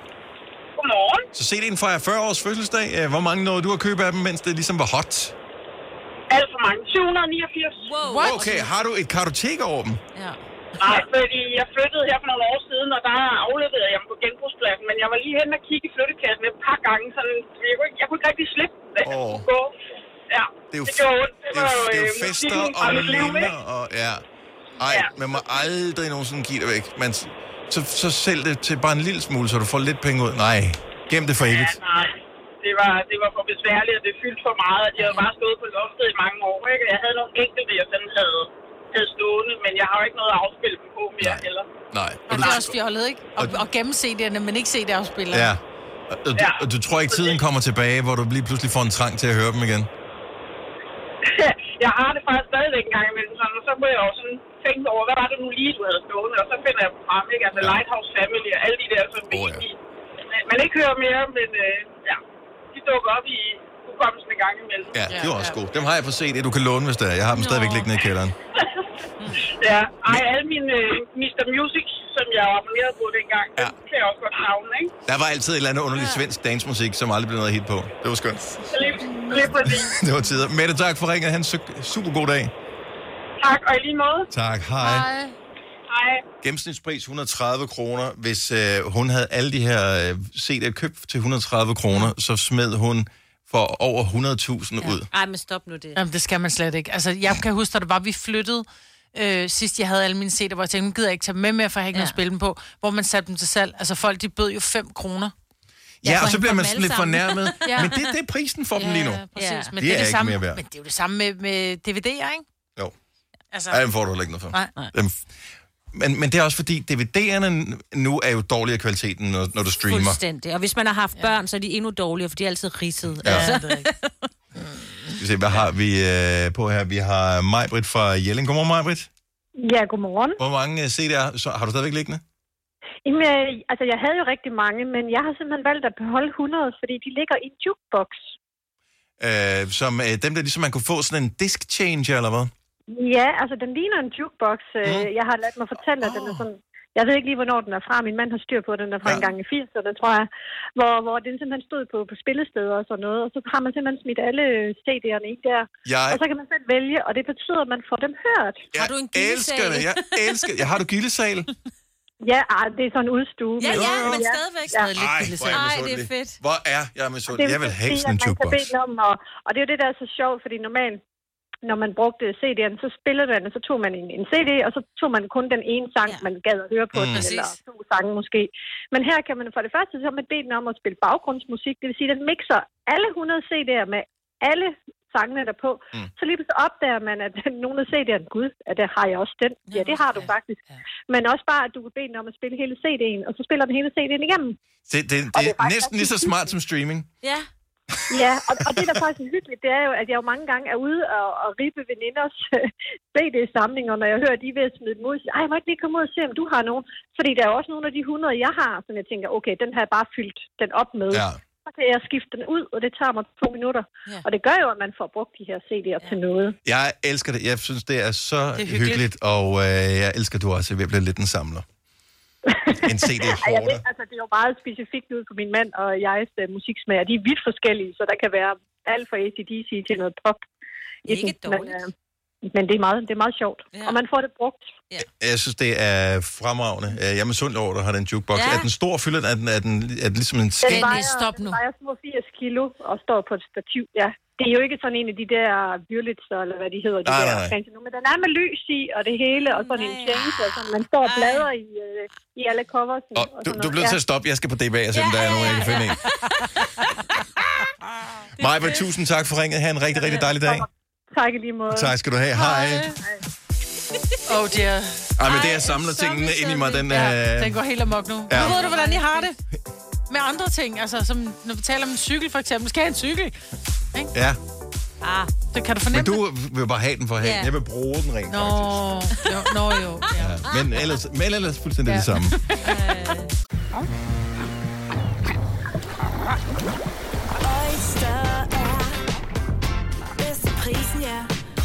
Godmorgen. Så CD'en fejrer 40 års fødselsdag. Øh, Hvor mange nåede du at købe af dem, mens det ligesom var hot? Alt for mange. 789. Wow. Okay, har du et kartotek over dem? Ja. Nej, fordi jeg flyttede her for nogle år siden, og der afleverede jeg dem på genbrugspladsen, men jeg var lige hen og kigge i flyttekassen et par gange, sådan, så jeg kunne ikke, jeg kunne ikke rigtig slippe det. Åh. Gå. Ja, Det er jo, det gjorde ondt. det er jo, det er jo øh, fester musikken fra og mit liv, minder ikke? og... Ja. Ej, Ja. man må aldrig nogensinde give det væk. Man, s- så, så sælg det til bare en lille smule, så du får lidt penge ud. Nej, gem det for Ja, evigt. nej. Det var, det var for besværligt, og det fyldte for meget, og de havde bare stået på loftet i mange år. Ikke? Og Jeg havde nogle enkelte, jeg sådan havde, havde stående, men jeg har jo ikke noget at afspille dem på mere heller. Nej. Og det er også fjollet, ikke? Og, og gemme CD'erne, men ikke CD-afspillere. Ja. Og, og, du, og du tror ikke, tiden kommer tilbage, hvor du lige pludselig får en trang til at høre dem igen? jeg har det faktisk stadigvæk en gang imellem, sådan, og så må jeg jo sådan tænke over, hvad var det nu lige, du havde stående, og så finder jeg dem frem, ikke? Altså ja. Lighthouse Family og alle de der, som oh, ja. man ikke hører mere, men øh, ja, de dukker op i hukommelsen en gang imellem. Ja, det var også godt. Dem har jeg på CD, du kan låne, hvis der er. Jeg har dem stadigvæk liggende i kælderen. ja, ej, alle mine øh, Mr. Music, som jeg abonnerede på dengang, ja. dem kan jeg også godt savne, ikke? Der var altid et eller andet underligt svensk dansmusik, som aldrig blev noget hit på. Det var skønt. Så lige, lige præcis. Det var tider. Mette, tak for ringet. Han en super god dag. Tak, og i lige måde. Tak, hej. hej. Hej. Gennemsnitspris 130 kroner. Hvis øh, hun havde alle de her øh, CD'er købt til 130 kroner, så smed hun for over 100.000 ja. ud. Ej, men stop nu det. Jamen, det skal man slet ikke. Altså, jeg kan huske, da det var, vi flyttede, øh, sidst jeg havde alle mine CD'er, hvor jeg tænkte, nu gider jeg ikke tage dem med mere, for jeg har ikke ja. noget at spille dem på, hvor man satte dem til salg. Altså, folk, de bød jo 5 kroner. Ja, for og så han bliver får man dem sådan alle lidt sammen. fornærmet. Ja. Men det, det er prisen for dem lige nu. Ja, præcis. Men Det det, er er det ikke samme, mere værd. Men det er jo det samme med, med DVD'er, ikke? Jo. Altså, Ej, dem får du heller ikke noget for. Nej, nej. Dem, men, men det er også fordi, DVD'erne nu er jo dårligere kvalitet, end når, når du streamer. Fuldstændig. Og hvis man har haft børn, så er de endnu dårligere, for de er altid ridset. Ja. Ja, Altså. Skal vi se, hvad har vi øh, på her? Vi har Majbrit fra Jelling. Godmorgen, Majbrit. Ja, godmorgen. Hvor mange øh, CD'er så, har du stadigvæk liggende? Jamen, øh, altså, jeg havde jo rigtig mange, men jeg har simpelthen valgt at beholde 100, fordi de ligger i en jukebox. øh, som øh, dem der ligesom man kunne få sådan en disk changer eller hvad? Ja, altså, den ligner en jukebox. Mm. Jeg har ladt mig fortælle, at den er sådan... Jeg ved ikke lige, hvornår den er fra. Min mand har styr på, at den er fra ja. en gang i 80'erne, tror jeg. Hvor, hvor den simpelthen stod på, på spillesteder og sådan noget. Og så har man simpelthen smidt alle øh, CD'erne i der. Jeg- Og så kan man selv vælge, og det betyder, at man får dem hørt. Jeg elsker det. Jeg elsker det. Har du gildesal? Ja, ej, det er sådan en udstue. Ja, ja, men stadigvæk. Ej, hvor er jeg misundelig. Hvor er jeg misundelig? Jeg vil have fordi, sådan at en man kan jukebox. bede den om, og, og det er jo det, der er så sjovt, fordi normalt, når man brugte CD'erne, så spillede man, og så tog man en, en CD, og så tog man kun den ene sang, ja. man gad at høre på, Mm. mm. den, Præcis. eller to sange måske. Men her kan man for det første, så kan man bede den om at spille baggrundsmusik, det vil sige, at den mixer alle 100 CD'er med alle sangene derpå, mm. så lige pludselig opdager man, at nogle af CD'erne, gud, at der har jeg også den. Ja, det har du faktisk. Ja. Men også bare, at du kan bede den om at spille hele CD'en, og så spiller den hele CD'en igennem. Det, det, det, Og det det er er faktisk næsten lige så rigtig smart som streaming. Ja. Ja, og, og det, der faktisk er hyggeligt, det er jo, at jeg jo mange gange er ude og, og rippe veninders øh, CD-samlinger, når jeg hører, at de er ved at smide dem ud. Så siger, Ej, må jeg ikke lige komme ud og se, om du har nogen? Fordi der er jo også nogle af de 100, jeg har, som jeg tænker, okay, den har jeg bare fyldt den op med. Ja. Så kan jeg skifte den ud, og det tager mig to minutter. Ja. Og det gør jo, at man får brugt de her CD'er ja. til noget. Jeg elsker det. Jeg synes, det er så det er hyggeligt. hyggeligt. hyggeligt, og øh, jeg elsker, du også er ved at blive lidt en samler. En cd Ej, jeg ved, altså, det er jo meget specifikt ud på min mand og jegs uh, musiksmager. De er vidt forskellige, så der kan være alt fra ACDC til noget pop. i Ikke den, men, dårligt. øh, men det er meget, det er meget sjovt. Ja. Og man får det brugt. Jeg synes, det er fremragende. Øh, Jeg er med sund over, at du har den jukebox. Ja. Er den stor fylder? den? Er den, er den, er den ligesom en Den skæld? vejer, stop nu. den vejer små 80 kilo og står på et stativ, ja. det er jo ikke sådan en af de der Wurlitz, eller hvad de hedder, de Nej, der nej, nej. fancy nogen, men den er med lys i, og det hele, og sådan en change, og sådan, man står og bladrer i, øh, i alle covers. Og, Du, du er blevet til at stoppe. Jeg skal på DBA og se, om der er nogen, jeg kan finde en. Maja, tusind tak for ringet. Ha' en rigtig, rigtig dejlig dag. Tak i lige måde. Tak skal du have. Hej. Oh dear. Ej, men det er samler tingene ind i mig. Den, Ja, øh, den går helt amok nu. Ja. Ja. Nu ved du, hvordan jeg har det. Med andre ting, altså som når vi taler om en cykel for eksempel. Skal jeg have en cykel? ja. Ah, det kan du fornemme. Men du vil bare have den for at have Ja. den. Jeg vil bruge den rent. Nå, jo, nå jo. Ja. Men ellers, men ellers fuldstændig Ja. det samme. Oyster er bedst til prisen, ja.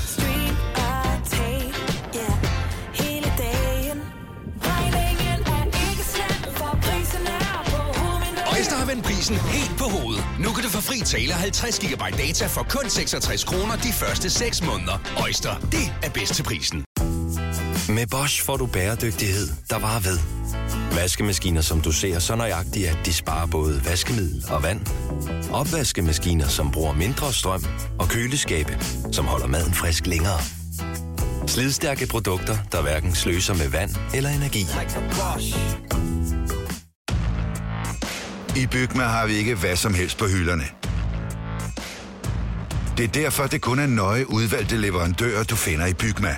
Stream og tag, ja. Hele dagen. Regningen er ikke slem, for prisen er på hovedet. Øjster har vendt prisen helt på hovedet. Nu kan du få fri tale 50 GB data for kun 66 kroner de første 6 måneder. Øjster, det er bedst til prisen. Med Bosch får du bæredygtighed, der varer ved. Vaskemaskiner, som du ser så nøjagtigt, at de sparer både vaskemiddel og vand. Opvaskemaskiner, som bruger mindre strøm. Og køleskabe, som holder maden frisk længere. Slidstærke produkter, der hverken sløser med vand eller energi. I Bygma har vi ikke hvad som helst på hylderne. Det er derfor, det kun er nøje udvalgte leverandører, du finder i Bygma.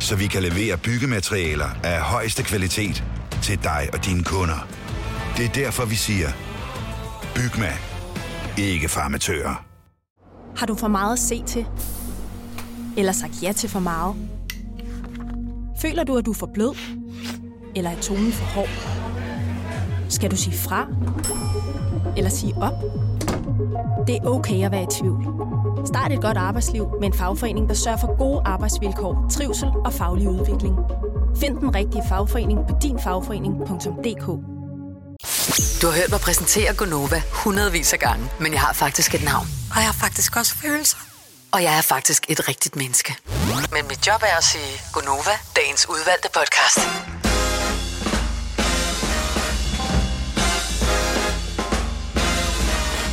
Så vi kan levere byggematerialer af højeste kvalitet til dig og dine kunder. Det er derfor, vi siger, Bygma. Ikke farmatører. Har du for meget at se til? Eller sagt ja til for meget? Føler du, at du er for blød? Eller er tonen for hård? Skal du sige fra? Eller sige op? Det er okay at være i tvivl. Start et godt arbejdsliv med en fagforening, der sørger for gode arbejdsvilkår, trivsel og faglig udvikling. Find den rigtige fagforening på dinfagforening.dk Du har hørt mig præsentere Gonova hundredvis af gange, men jeg har faktisk et navn. Og jeg har faktisk også følelser. Og jeg er faktisk et rigtigt menneske. Men mit job er at sige Gonova, dagens udvalgte podcast.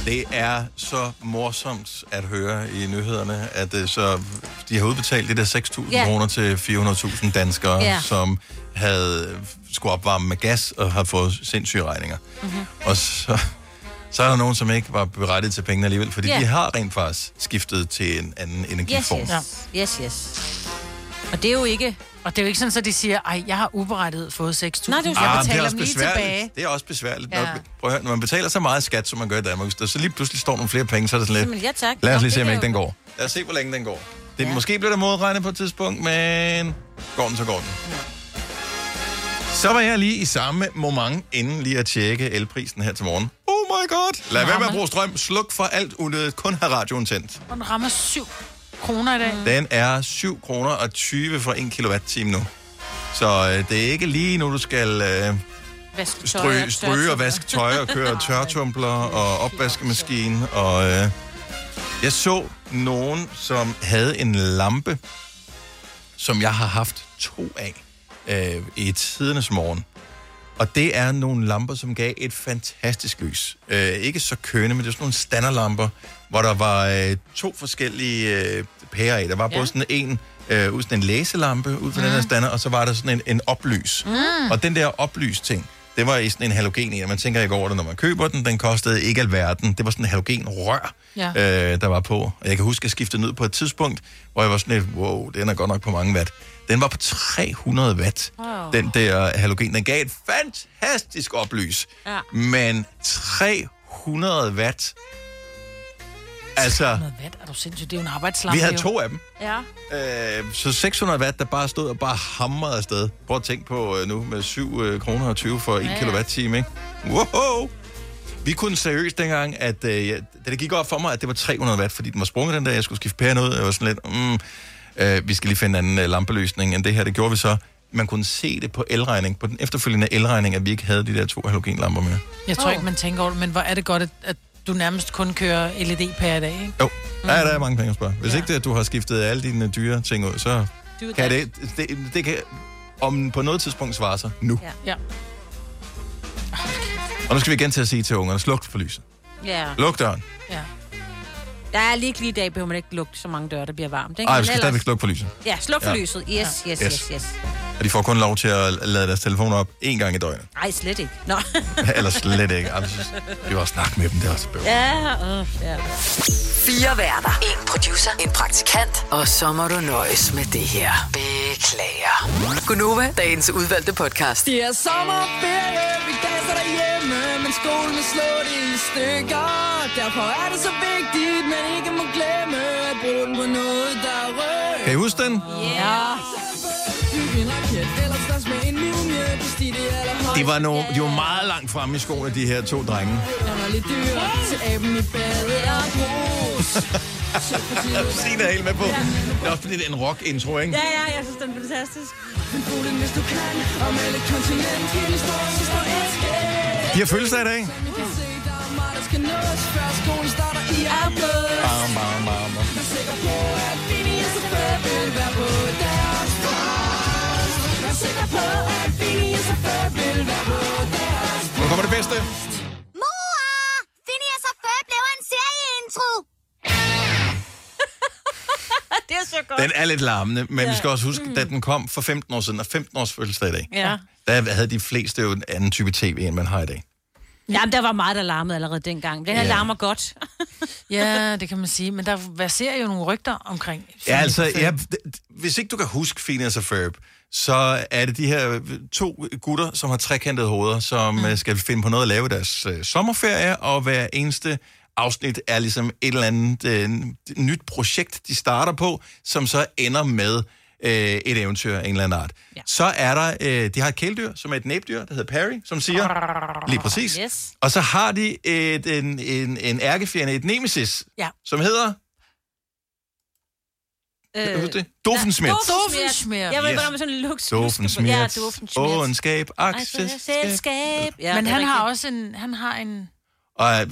Det er så morsomt at høre i nyhederne, at øh, så de har udbetalt de der 6.000 Ja. yeah. kroner til 400.000 danskere, Ja. yeah. som havde øh, skulle opvarme med gas og har fået sindssyge regninger. Mm-hmm. Mhm. Og så, så er der nogen, som ikke var berettiget til pengene alligevel, fordi Ja. yeah. de har rent faktisk skiftet til en anden Yes, energiform. yes. Yes, yes. Og det er jo ikke... Og det er jo ikke sådan, at de siger, ej, jeg har uberettiget fået 6.000. Nej, det er jo Ah, jeg men det er betaler også dem lige besværligt. tilbage. Det er også besværligt. Ja. Ja. Prøv at høre, når man betaler så meget skat, som man gør i Danmark, hvis der så lige pludselig står nogle flere penge, så er det sådan Jamen, lidt... ja, tak. Lad os Nå, lige se, det om er ikke jo- den går. Lad os se, hvor længe den går. Det, ja. Måske bliver der modregnet på et tidspunkt, men går den, så går den. Så var jeg lige i samme moment inden lige at tjekke elprisen her til morgen. Oh my god! Lad være med at bruge strøm. Sluk for alt unødigt. Kun have radioen tændt. Og den rammer 7 kroner i dag. Mm. Den er 7 kroner og 20 for 1 kWh nu. Så øh, det er ikke lige nu, du skal øh, stryge, stryge og vaske tøj og køre tørretumbler og opvaskemaskine. Og, øh, jeg så nogen, som havde en lampe, som jeg har haft to af øh, i tidernes morgen. Og det er nogle lamper, som gav et fantastisk lys. Øh, ikke så kønne, men det er sådan nogle standardlamper, hvor der var øh, to forskellige øh, pærer af. Der var Ja. både sådan en, øh, ud sådan en læselampe ud fra den her stander, og så var der sådan en, en oplys. Mm. Og den der oplys ting, det var i sådan en halogen en, og man tænker ikke over det, når man køber den. Den kostede ikke alverden. Det var sådan en halogen rør, Ja. øh, der var på. Og jeg kan huske, at jeg skiftede den ud på et tidspunkt, hvor jeg var sådan lidt, wow, den er godt nok på mange watt. Den var på 300 watt, Wow. den der halogen. Den gav et fantastisk oplys. Ja. Men 300 watt, altså, Noget vat, er du sindssygt? Det er jo en arbejdslampe. Vi havde jo. to af dem. Ja. øh, så 600 watt, der bare stod og bare hamrede afsted. Prøv at tænke på øh, nu med 7 øh, kroner og 20 for 1 Ja, ja. ja. kilowatt-time, ikke? Wow! Vi kunne seriøst dengang, at øh, jeg- da det gik op for mig, at det var 300 watt, fordi den var sprunget den der, jeg skulle skifte pæren ud, jeg var sådan lidt, mm, øh, vi skal lige finde en anden øh, lampeløsning end det her. Det gjorde vi så. Man kunne se det på elregning, på den efterfølgende elregning, at vi ikke havde de der to halogenlamper med. Jeg tror ikke, man tænker over det, men hvor er det godt, at, at du nærmest kun kører LED per dag, ikke? Jo, mm. ja, der er mange penge at spare. Hvis ja. ikke det, du har skiftet alle dine dyre ting ud, så Du er kan der. det, det, det kan om på noget tidspunkt svare sig nu. Ja. Ja. Og nu skal vi igen til at sige til ungerne, sluk for lyset. Ja. Luk døren. Ja. Der er lige lige i dag, behøver man ikke lukke så mange døre, der bliver varmt. Ikke? Ej, Men vi skal ellers- stadigvæk slukke for lyset. Ja, sluk for Ja. lyset. Yes, yes, Yes. yes, yes. Og de får kun lov til at lade deres telefoner op en gang i døgnet. Nej, slet ikke. Nå. Eller slet ikke. Ej, det er jo også snak med dem, det er også bøv. Ja, åh, ja. Fire værter. En producer. En praktikant. Og så må du nøjes med det her. Beklager. Gunova, dagens udvalgte podcast. Det er sommerferie, vi danser derhjemme, men skolen er slået i stykker. Derfor er det så vigtigt, man ikke må glemme at bruge den på noget, der rører. Kan I huske den? Ja. Bygge en raket, eller slås med en mumie, hvis de det allerhøjeste. Det var nogle, de var meget langt fremme i skoene, de her to drenge. Underlig dyr til aben i bade og brus. Signe er helt med på. Det er også fordi, det er en rock-intro, ikke? Ja, ja, jeg synes, den er fantastisk. Men brug den, hvis du kan, og med lidt kontinent, hele står, så står et skæg. De har fødselsdag i dag. Bam, bam, bam, bam. Nu kommer det bedste. Mor! Finny og så før blev en serieintro! det er så godt. Den er lidt larmende, men ja. vi Ja. skal også huske, da den kom for 15 år siden, og 15 års fødselsdag i dag, Ja. der havde de fleste jo en anden type tv, end man har i dag. Jamen, der var meget, der larmede allerede dengang. Den her Ja. larmer godt. Ja, det kan man sige. Men der verserer jo nogle rygter omkring. Ja, altså, ja, d- hvis ikke du kan huske Phineas og Ferb, så er det de her øh, to gutter, som har trekantede hoveder, som mm. skal finde på noget at lave i deres øh, sommerferie, og hver eneste afsnit er ligesom et eller andet øh, nyt projekt, de starter på, som så ender med øh, et eventyr af en eller anden art. Ja. Så er der, øh, de har et kæledyr, som er et næbdyr, der hedder Perry, som siger, lige præcis. Yes. Og så har de et, en, en, en ærkefjende, et nemesis, Ja. som hedder... Kan du Øh, huske det? Doofenshmirtz. Doofenshmirtz. Jeg ved ikke, Yes. hvordan man sådan luks. Ja, Doofenshmirtz. Doofenshmirtz. Ovenskab, aktie. Selskab. Ja, Men det er han har rigtigt. også en... Han har en... Og øh,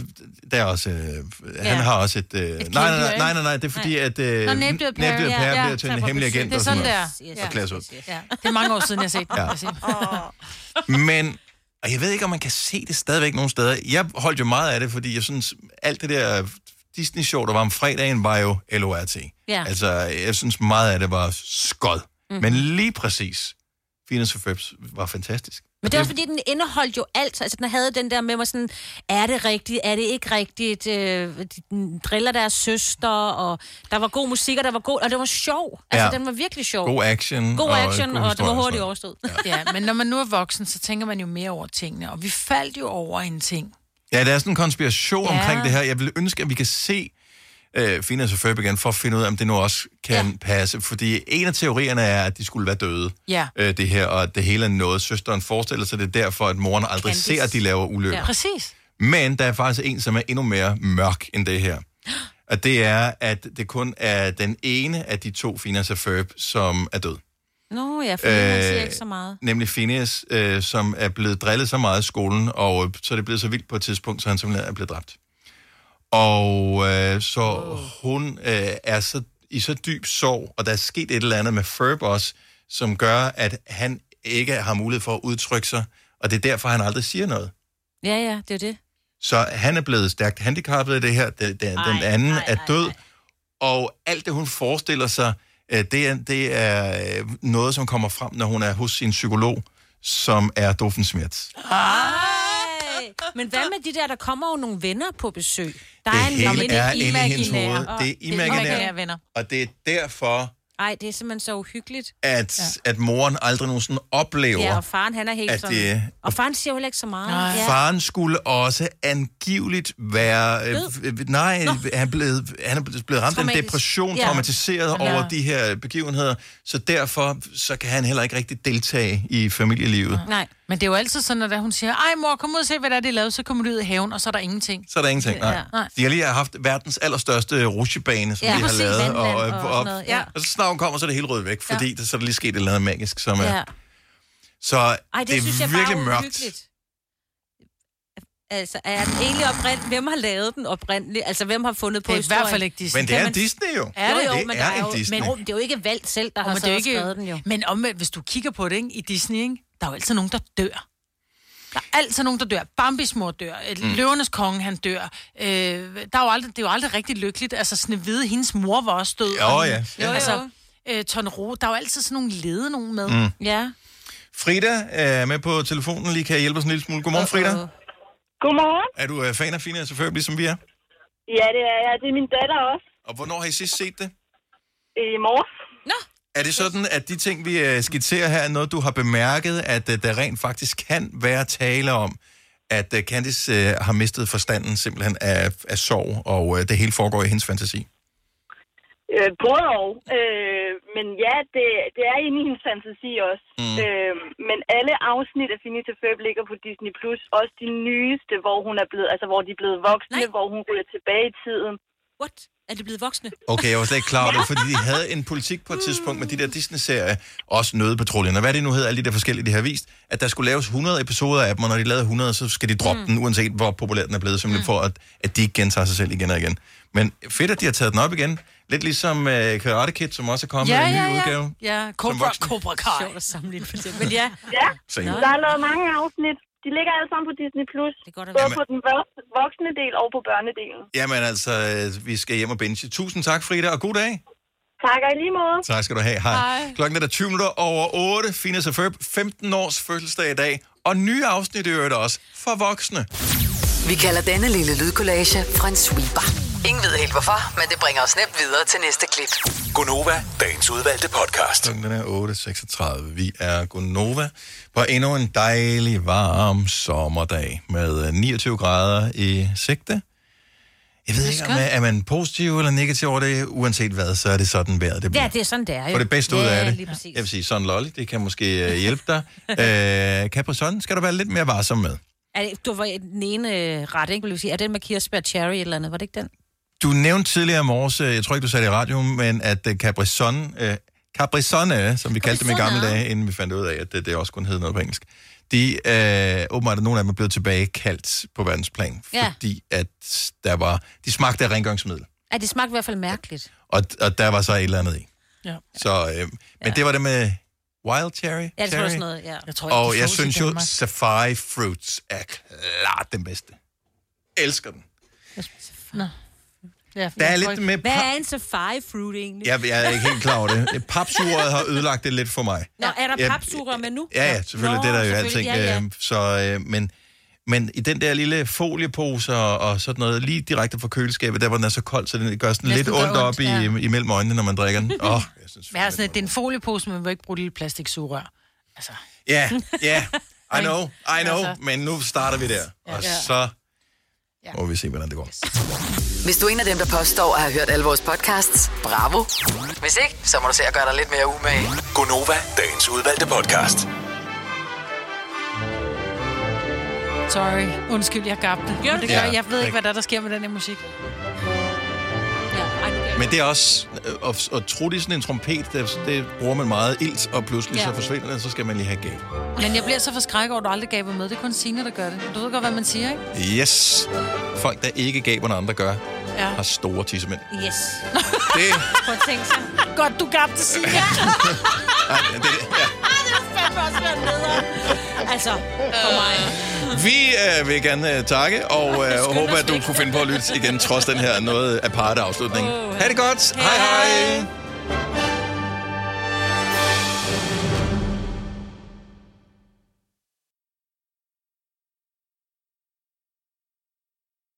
der er også, øh, han Ja. har også et... Øh, nej, nej, nej, nej, nej, nej, det er fordi, at øh, Nå, Napier Perry, Napier ja, Perry ja. bliver til en hemmelig agent. Det er og sådan der. noget. Og klæder sig ud. Ja. Det er mange år siden, jeg har set den. Ja. vil jeg sige. Men, og jeg ved ikke, om man kan se det stadigvæk nogle steder. Jeg holdt jo meget af det, fordi jeg synes, alt det der Disney-show, der var om fredagen, var jo LORT. Ja. Altså, jeg synes meget af det var skod. Mhm. Mm. Men lige præcis, Venus og Føbs var fantastisk. Men det er også fordi, den indeholdt jo alt. Altså, den havde den der med mig sådan, er det rigtigt, er det ikke rigtigt? Øh, de- den driller deres søster, og der var god musik, og der var god... Og det var sjov. Altså, Ja. ja. den var virkelig sjov. God action. God action, og, god og det var historie hurtigt og overstået. Ja, men når man nu er voksen, så tænker man jo mere over tingene. Og vi faldt jo over en ting. Ja, der er sådan en konspiration ja. Ja. omkring det her. Jeg ville ønske, at vi kan se øh, Finas og Ferb igen, for at finde ud af, om det nu også kan ja. passe. Fordi en af teorierne er, at de skulle være døde, Ja. øh, det her, og at det hele er noget. Søsteren forestiller sig det er derfor, at moren aldrig Candice. ser, at de laver ulykker. Ja. Præcis. Men der er faktisk en, som er endnu mere mørk end det her. Og det er, at det kun er den ene af de to Finas og Ferb, som er død. Nå, ja, for øh, han siger ikke så meget. Nemlig Phineas, øh, som er blevet drillet så meget i skolen, og øh, så er det blevet så vildt på et tidspunkt, så han simpelthen er blevet dræbt. Og øh, så oh. hun øh, er så, i så dyb sorg, og der er sket et eller andet med Ferb også, som gør, at han ikke har mulighed for at udtrykke sig, og det er derfor, han aldrig siger noget. Ja, ja, det er jo det. Så han er blevet stærkt handicappet i det her, den, den, den anden ej, er død, og alt det, hun forestiller sig, øh, det er, det er øh, noget, som kommer frem, når hun er hos sin psykolog, som er Doofenshmirtz. Ej. Men hvad med de der, der kommer jo nogle venner på besøg? Der Det en hele veninde er inde i hendes imaginær. hoved. Det er Åh, imaginær. imaginære venner. Og det er derfor, Ej, det er simpelthen så uhyggeligt. at, ja. at moren aldrig nogensinde oplever, Ja, og faren, han er helt at sådan. det- Og faren siger jo heller ikke så meget. Ja. Faren skulle også angiveligt være... Øh, Død? øh, nej, han, blev, han er blevet ramt af en Traumatisk. depression, Ja. traumatiseret Ja. over de her begivenheder, så derfor så kan han heller ikke rigtig deltage i familielivet. Nej. Men det er jo altid sådan, at da hun siger, ej mor, kom ud og se, hvad der er, de lavede, så kommer du ud i haven, og så er der ingenting. Så er der ingenting, nej. Ja. Nej. De har lige haft verdens allerstørste rutsjebane, som Ja, de har præcis. lavet. Og, Vandland og, og sådan og, noget, ja. og så snart hun kommer, så er det hele rødt væk, fordi ja. så er der lige sket et eller andet magisk. Som er, Ja. Så Ej, det, det, synes er jeg virkelig bare er mørkt. uhyggeligt. Altså, er den egentlig oprindelig? Hvem har lavet den oprindelig? Altså, hvem har fundet på Det er i historien? hvert fald ikke Disney. Men det er en Disney jo. Er det, jo, Det men er der er en jo, Disney. Men rum, det er jo ikke valgt selv, der Og har men så det er skrevet den jo. Men omvendt, hvis du kigger på det, ikke? i Disney, ikke? der er jo altid nogen, der dør. Der er altid nogen, der dør. Bambis mor dør. Mm. Mm. Løvernes konge, han dør. Øh, der er jo aldrig, det er jo aldrig rigtig lykkeligt. Altså, Snevide, hendes mor var også død. Jo, Og ja. hende- Jo, jo. Altså, øh, Tonro, der er jo altid sådan nogle lede nogen med. Mm. Ja. Frida er med på telefonen, lige kan hjælpe os en lille smule. Godmorgen, Frida. Godmorgen. Er du øh, fan af Fina, selvfølgelig, ligesom vi er? Ja, det er jeg. Det er min datter også. Og hvornår har I sidst set det? I morges. Nå. Er det sådan, at de ting, vi øh, skitserer her, er noget, du har bemærket, at øh, der rent faktisk kan være tale om, at øh, Candice øh, har mistet forstanden simpelthen af, af sorg, og øh, det hele foregår i hendes fantasi? Øh, både og. Øh, men ja, det, det er inde i hendes fantasi også. Mm. Øh, men alle afsnit af Finita Ferb ligger på Disney+. Plus. Også de nyeste, hvor hun er blevet, altså hvor de er blevet voksne, Nej. hvor hun ryger tilbage i tiden. What? Er de blevet voksne? Okay, jeg var slet ikke klar over det, fordi de havde en politik på et tidspunkt med de der Disney-serier, også Nødepatruljen, og hvad det nu hedder, alle de der forskellige, de har vist, at der skulle laves 100 episoder af dem, og når de lavede 100, så skal de droppe Mm. mm. den, uanset hvor populær den er blevet, simpelthen mm. for, at, at de ikke gentager sig selv igen og igen. Men fedt, at de har taget den op igen. Lidt ligesom øh, Karate Kid, som også er kommet med en ny udgave. Ja, Som Cobra, voksen. Cobra Kai. Sjovt at sammenligne for eksempel. Men ja. Ja, Same. der er lavet mange afsnit. De ligger alle sammen på Disney+. Plus. Både være. på den vok- voksne del og på børnedelen. Jamen altså, øh, vi skal hjem og binge. Tusind tak, Frida, og god dag. Tak og i lige måde. Tak skal du have. Hej. Hej. Klokken er der 20 minutter over 8. Finas og Ferb, 15 års fødselsdag i dag. Og nye afsnit i øvrigt også for voksne. Vi kalder denne lille lydkollage en sweeper. Ingen ved helt hvorfor, men det bringer os nemt videre til næste klip. Gunova, dagens udvalgte podcast. Klokken er 8.36. Vi er Gunova på endnu en dejlig, varm sommerdag med øh, 29 grader i sigte. Jeg ved ikke, om, øh, er man positiv eller negativ over det. Uanset hvad, så er det sådan vejret. Det bliver. Ja, det er sådan, det er jo. Få det bedste ud ja, af det. Lige præcis. Jeg vil sige, sådan lolly, det kan måske øh, hjælpe dig. øh, Capri Sun skal du være lidt mere varsom med. Er det, du var den ene øh, ret, ikke? Vil du sige, er den med kirsebær cherry et eller andet? Var det ikke den? Du nævnte tidligere i morges, øh, jeg tror ikke, du sagde det i radioen, men at øh, Capri Sun, øh, Capri Sonne, som vi kaldte dem i gamle dage, inden vi fandt ud af, at det, det også kun hed noget på engelsk, de øh, åbenbart er nogle af dem er blevet tilbagekaldt på verdensplan, Ja. fordi at der var, de smagte af rengøringsmiddel, Ja, det smagte i hvert fald mærkeligt. og, og der var så et eller andet i. Ja. Så, øh, men det var det med wild cherry. Ja, det tror jeg cherry. sådan noget, ja. Jeg tror ikke, Og de jeg fås i synes jo, Danmark. Safari Fruits er klart den bedste. Elsker den. Nå. Ja, Der er jeg lidt tror ikke- med Hvad pap- er en safari fruit egentlig? Jeg, jeg er ikke helt klar over det. Papsuret har ødelagt det lidt for mig. Nå, er der Jeg- papsugerør med nu? Ja, ja, selvfølgelig. Nå, det er der jo alting. selvfølgelig, Ja, ja. Så, øh, men, men i den der lille foliepose og, og sådan noget, lige direkte fra køleskabet, der hvor den er så kold, så den gør sådan Næsten lidt gør ondt, ondt op i, øh, ja. imellem øjnene, når man drikker den. Åh, Men jeg har sådan, at det er en foliepose, men man vil ikke bruge et lille plastiksugerør. ja, ja. I know, I know. Men nu starter vi der. Og Ja. så må vi se, hvordan det går. Hvis du er en af dem, der påstår at have hørt alle vores podcasts, bravo. Hvis ikke, så må du se at gøre dig lidt mere umage. Gunova, dagens udvalgte podcast. Sorry. Undskyld, jeg gabte. Jo, det gør Ja. jeg. Jeg ved ikke, hvad der, er, der sker med den her musik. Men det er også, øh, at, at tro det er sådan en trompet, det, det bruger man meget ilt, og pludselig Ja. så forsvinder den, så skal man lige have gave. Men jeg bliver så forskrækket over, at du aldrig gaber med. Det er kun Signe, der gør det. Du ved godt, hvad man siger, ikke? Yes. Folk, der ikke gav, hvad andre gør, Ja. har store tissemænd. Yes. Det, Prøv at tænke sig. Godt, du gabte, Signe. ej, det, ja. fandme også være nederen. Altså, for Øh. mig. Vi øh, vil gerne øh, takke, og øh, håber, at du kunne finde på at lytte igen, trods den her noget aparte afslutning. Ha' det godt. Hej hej.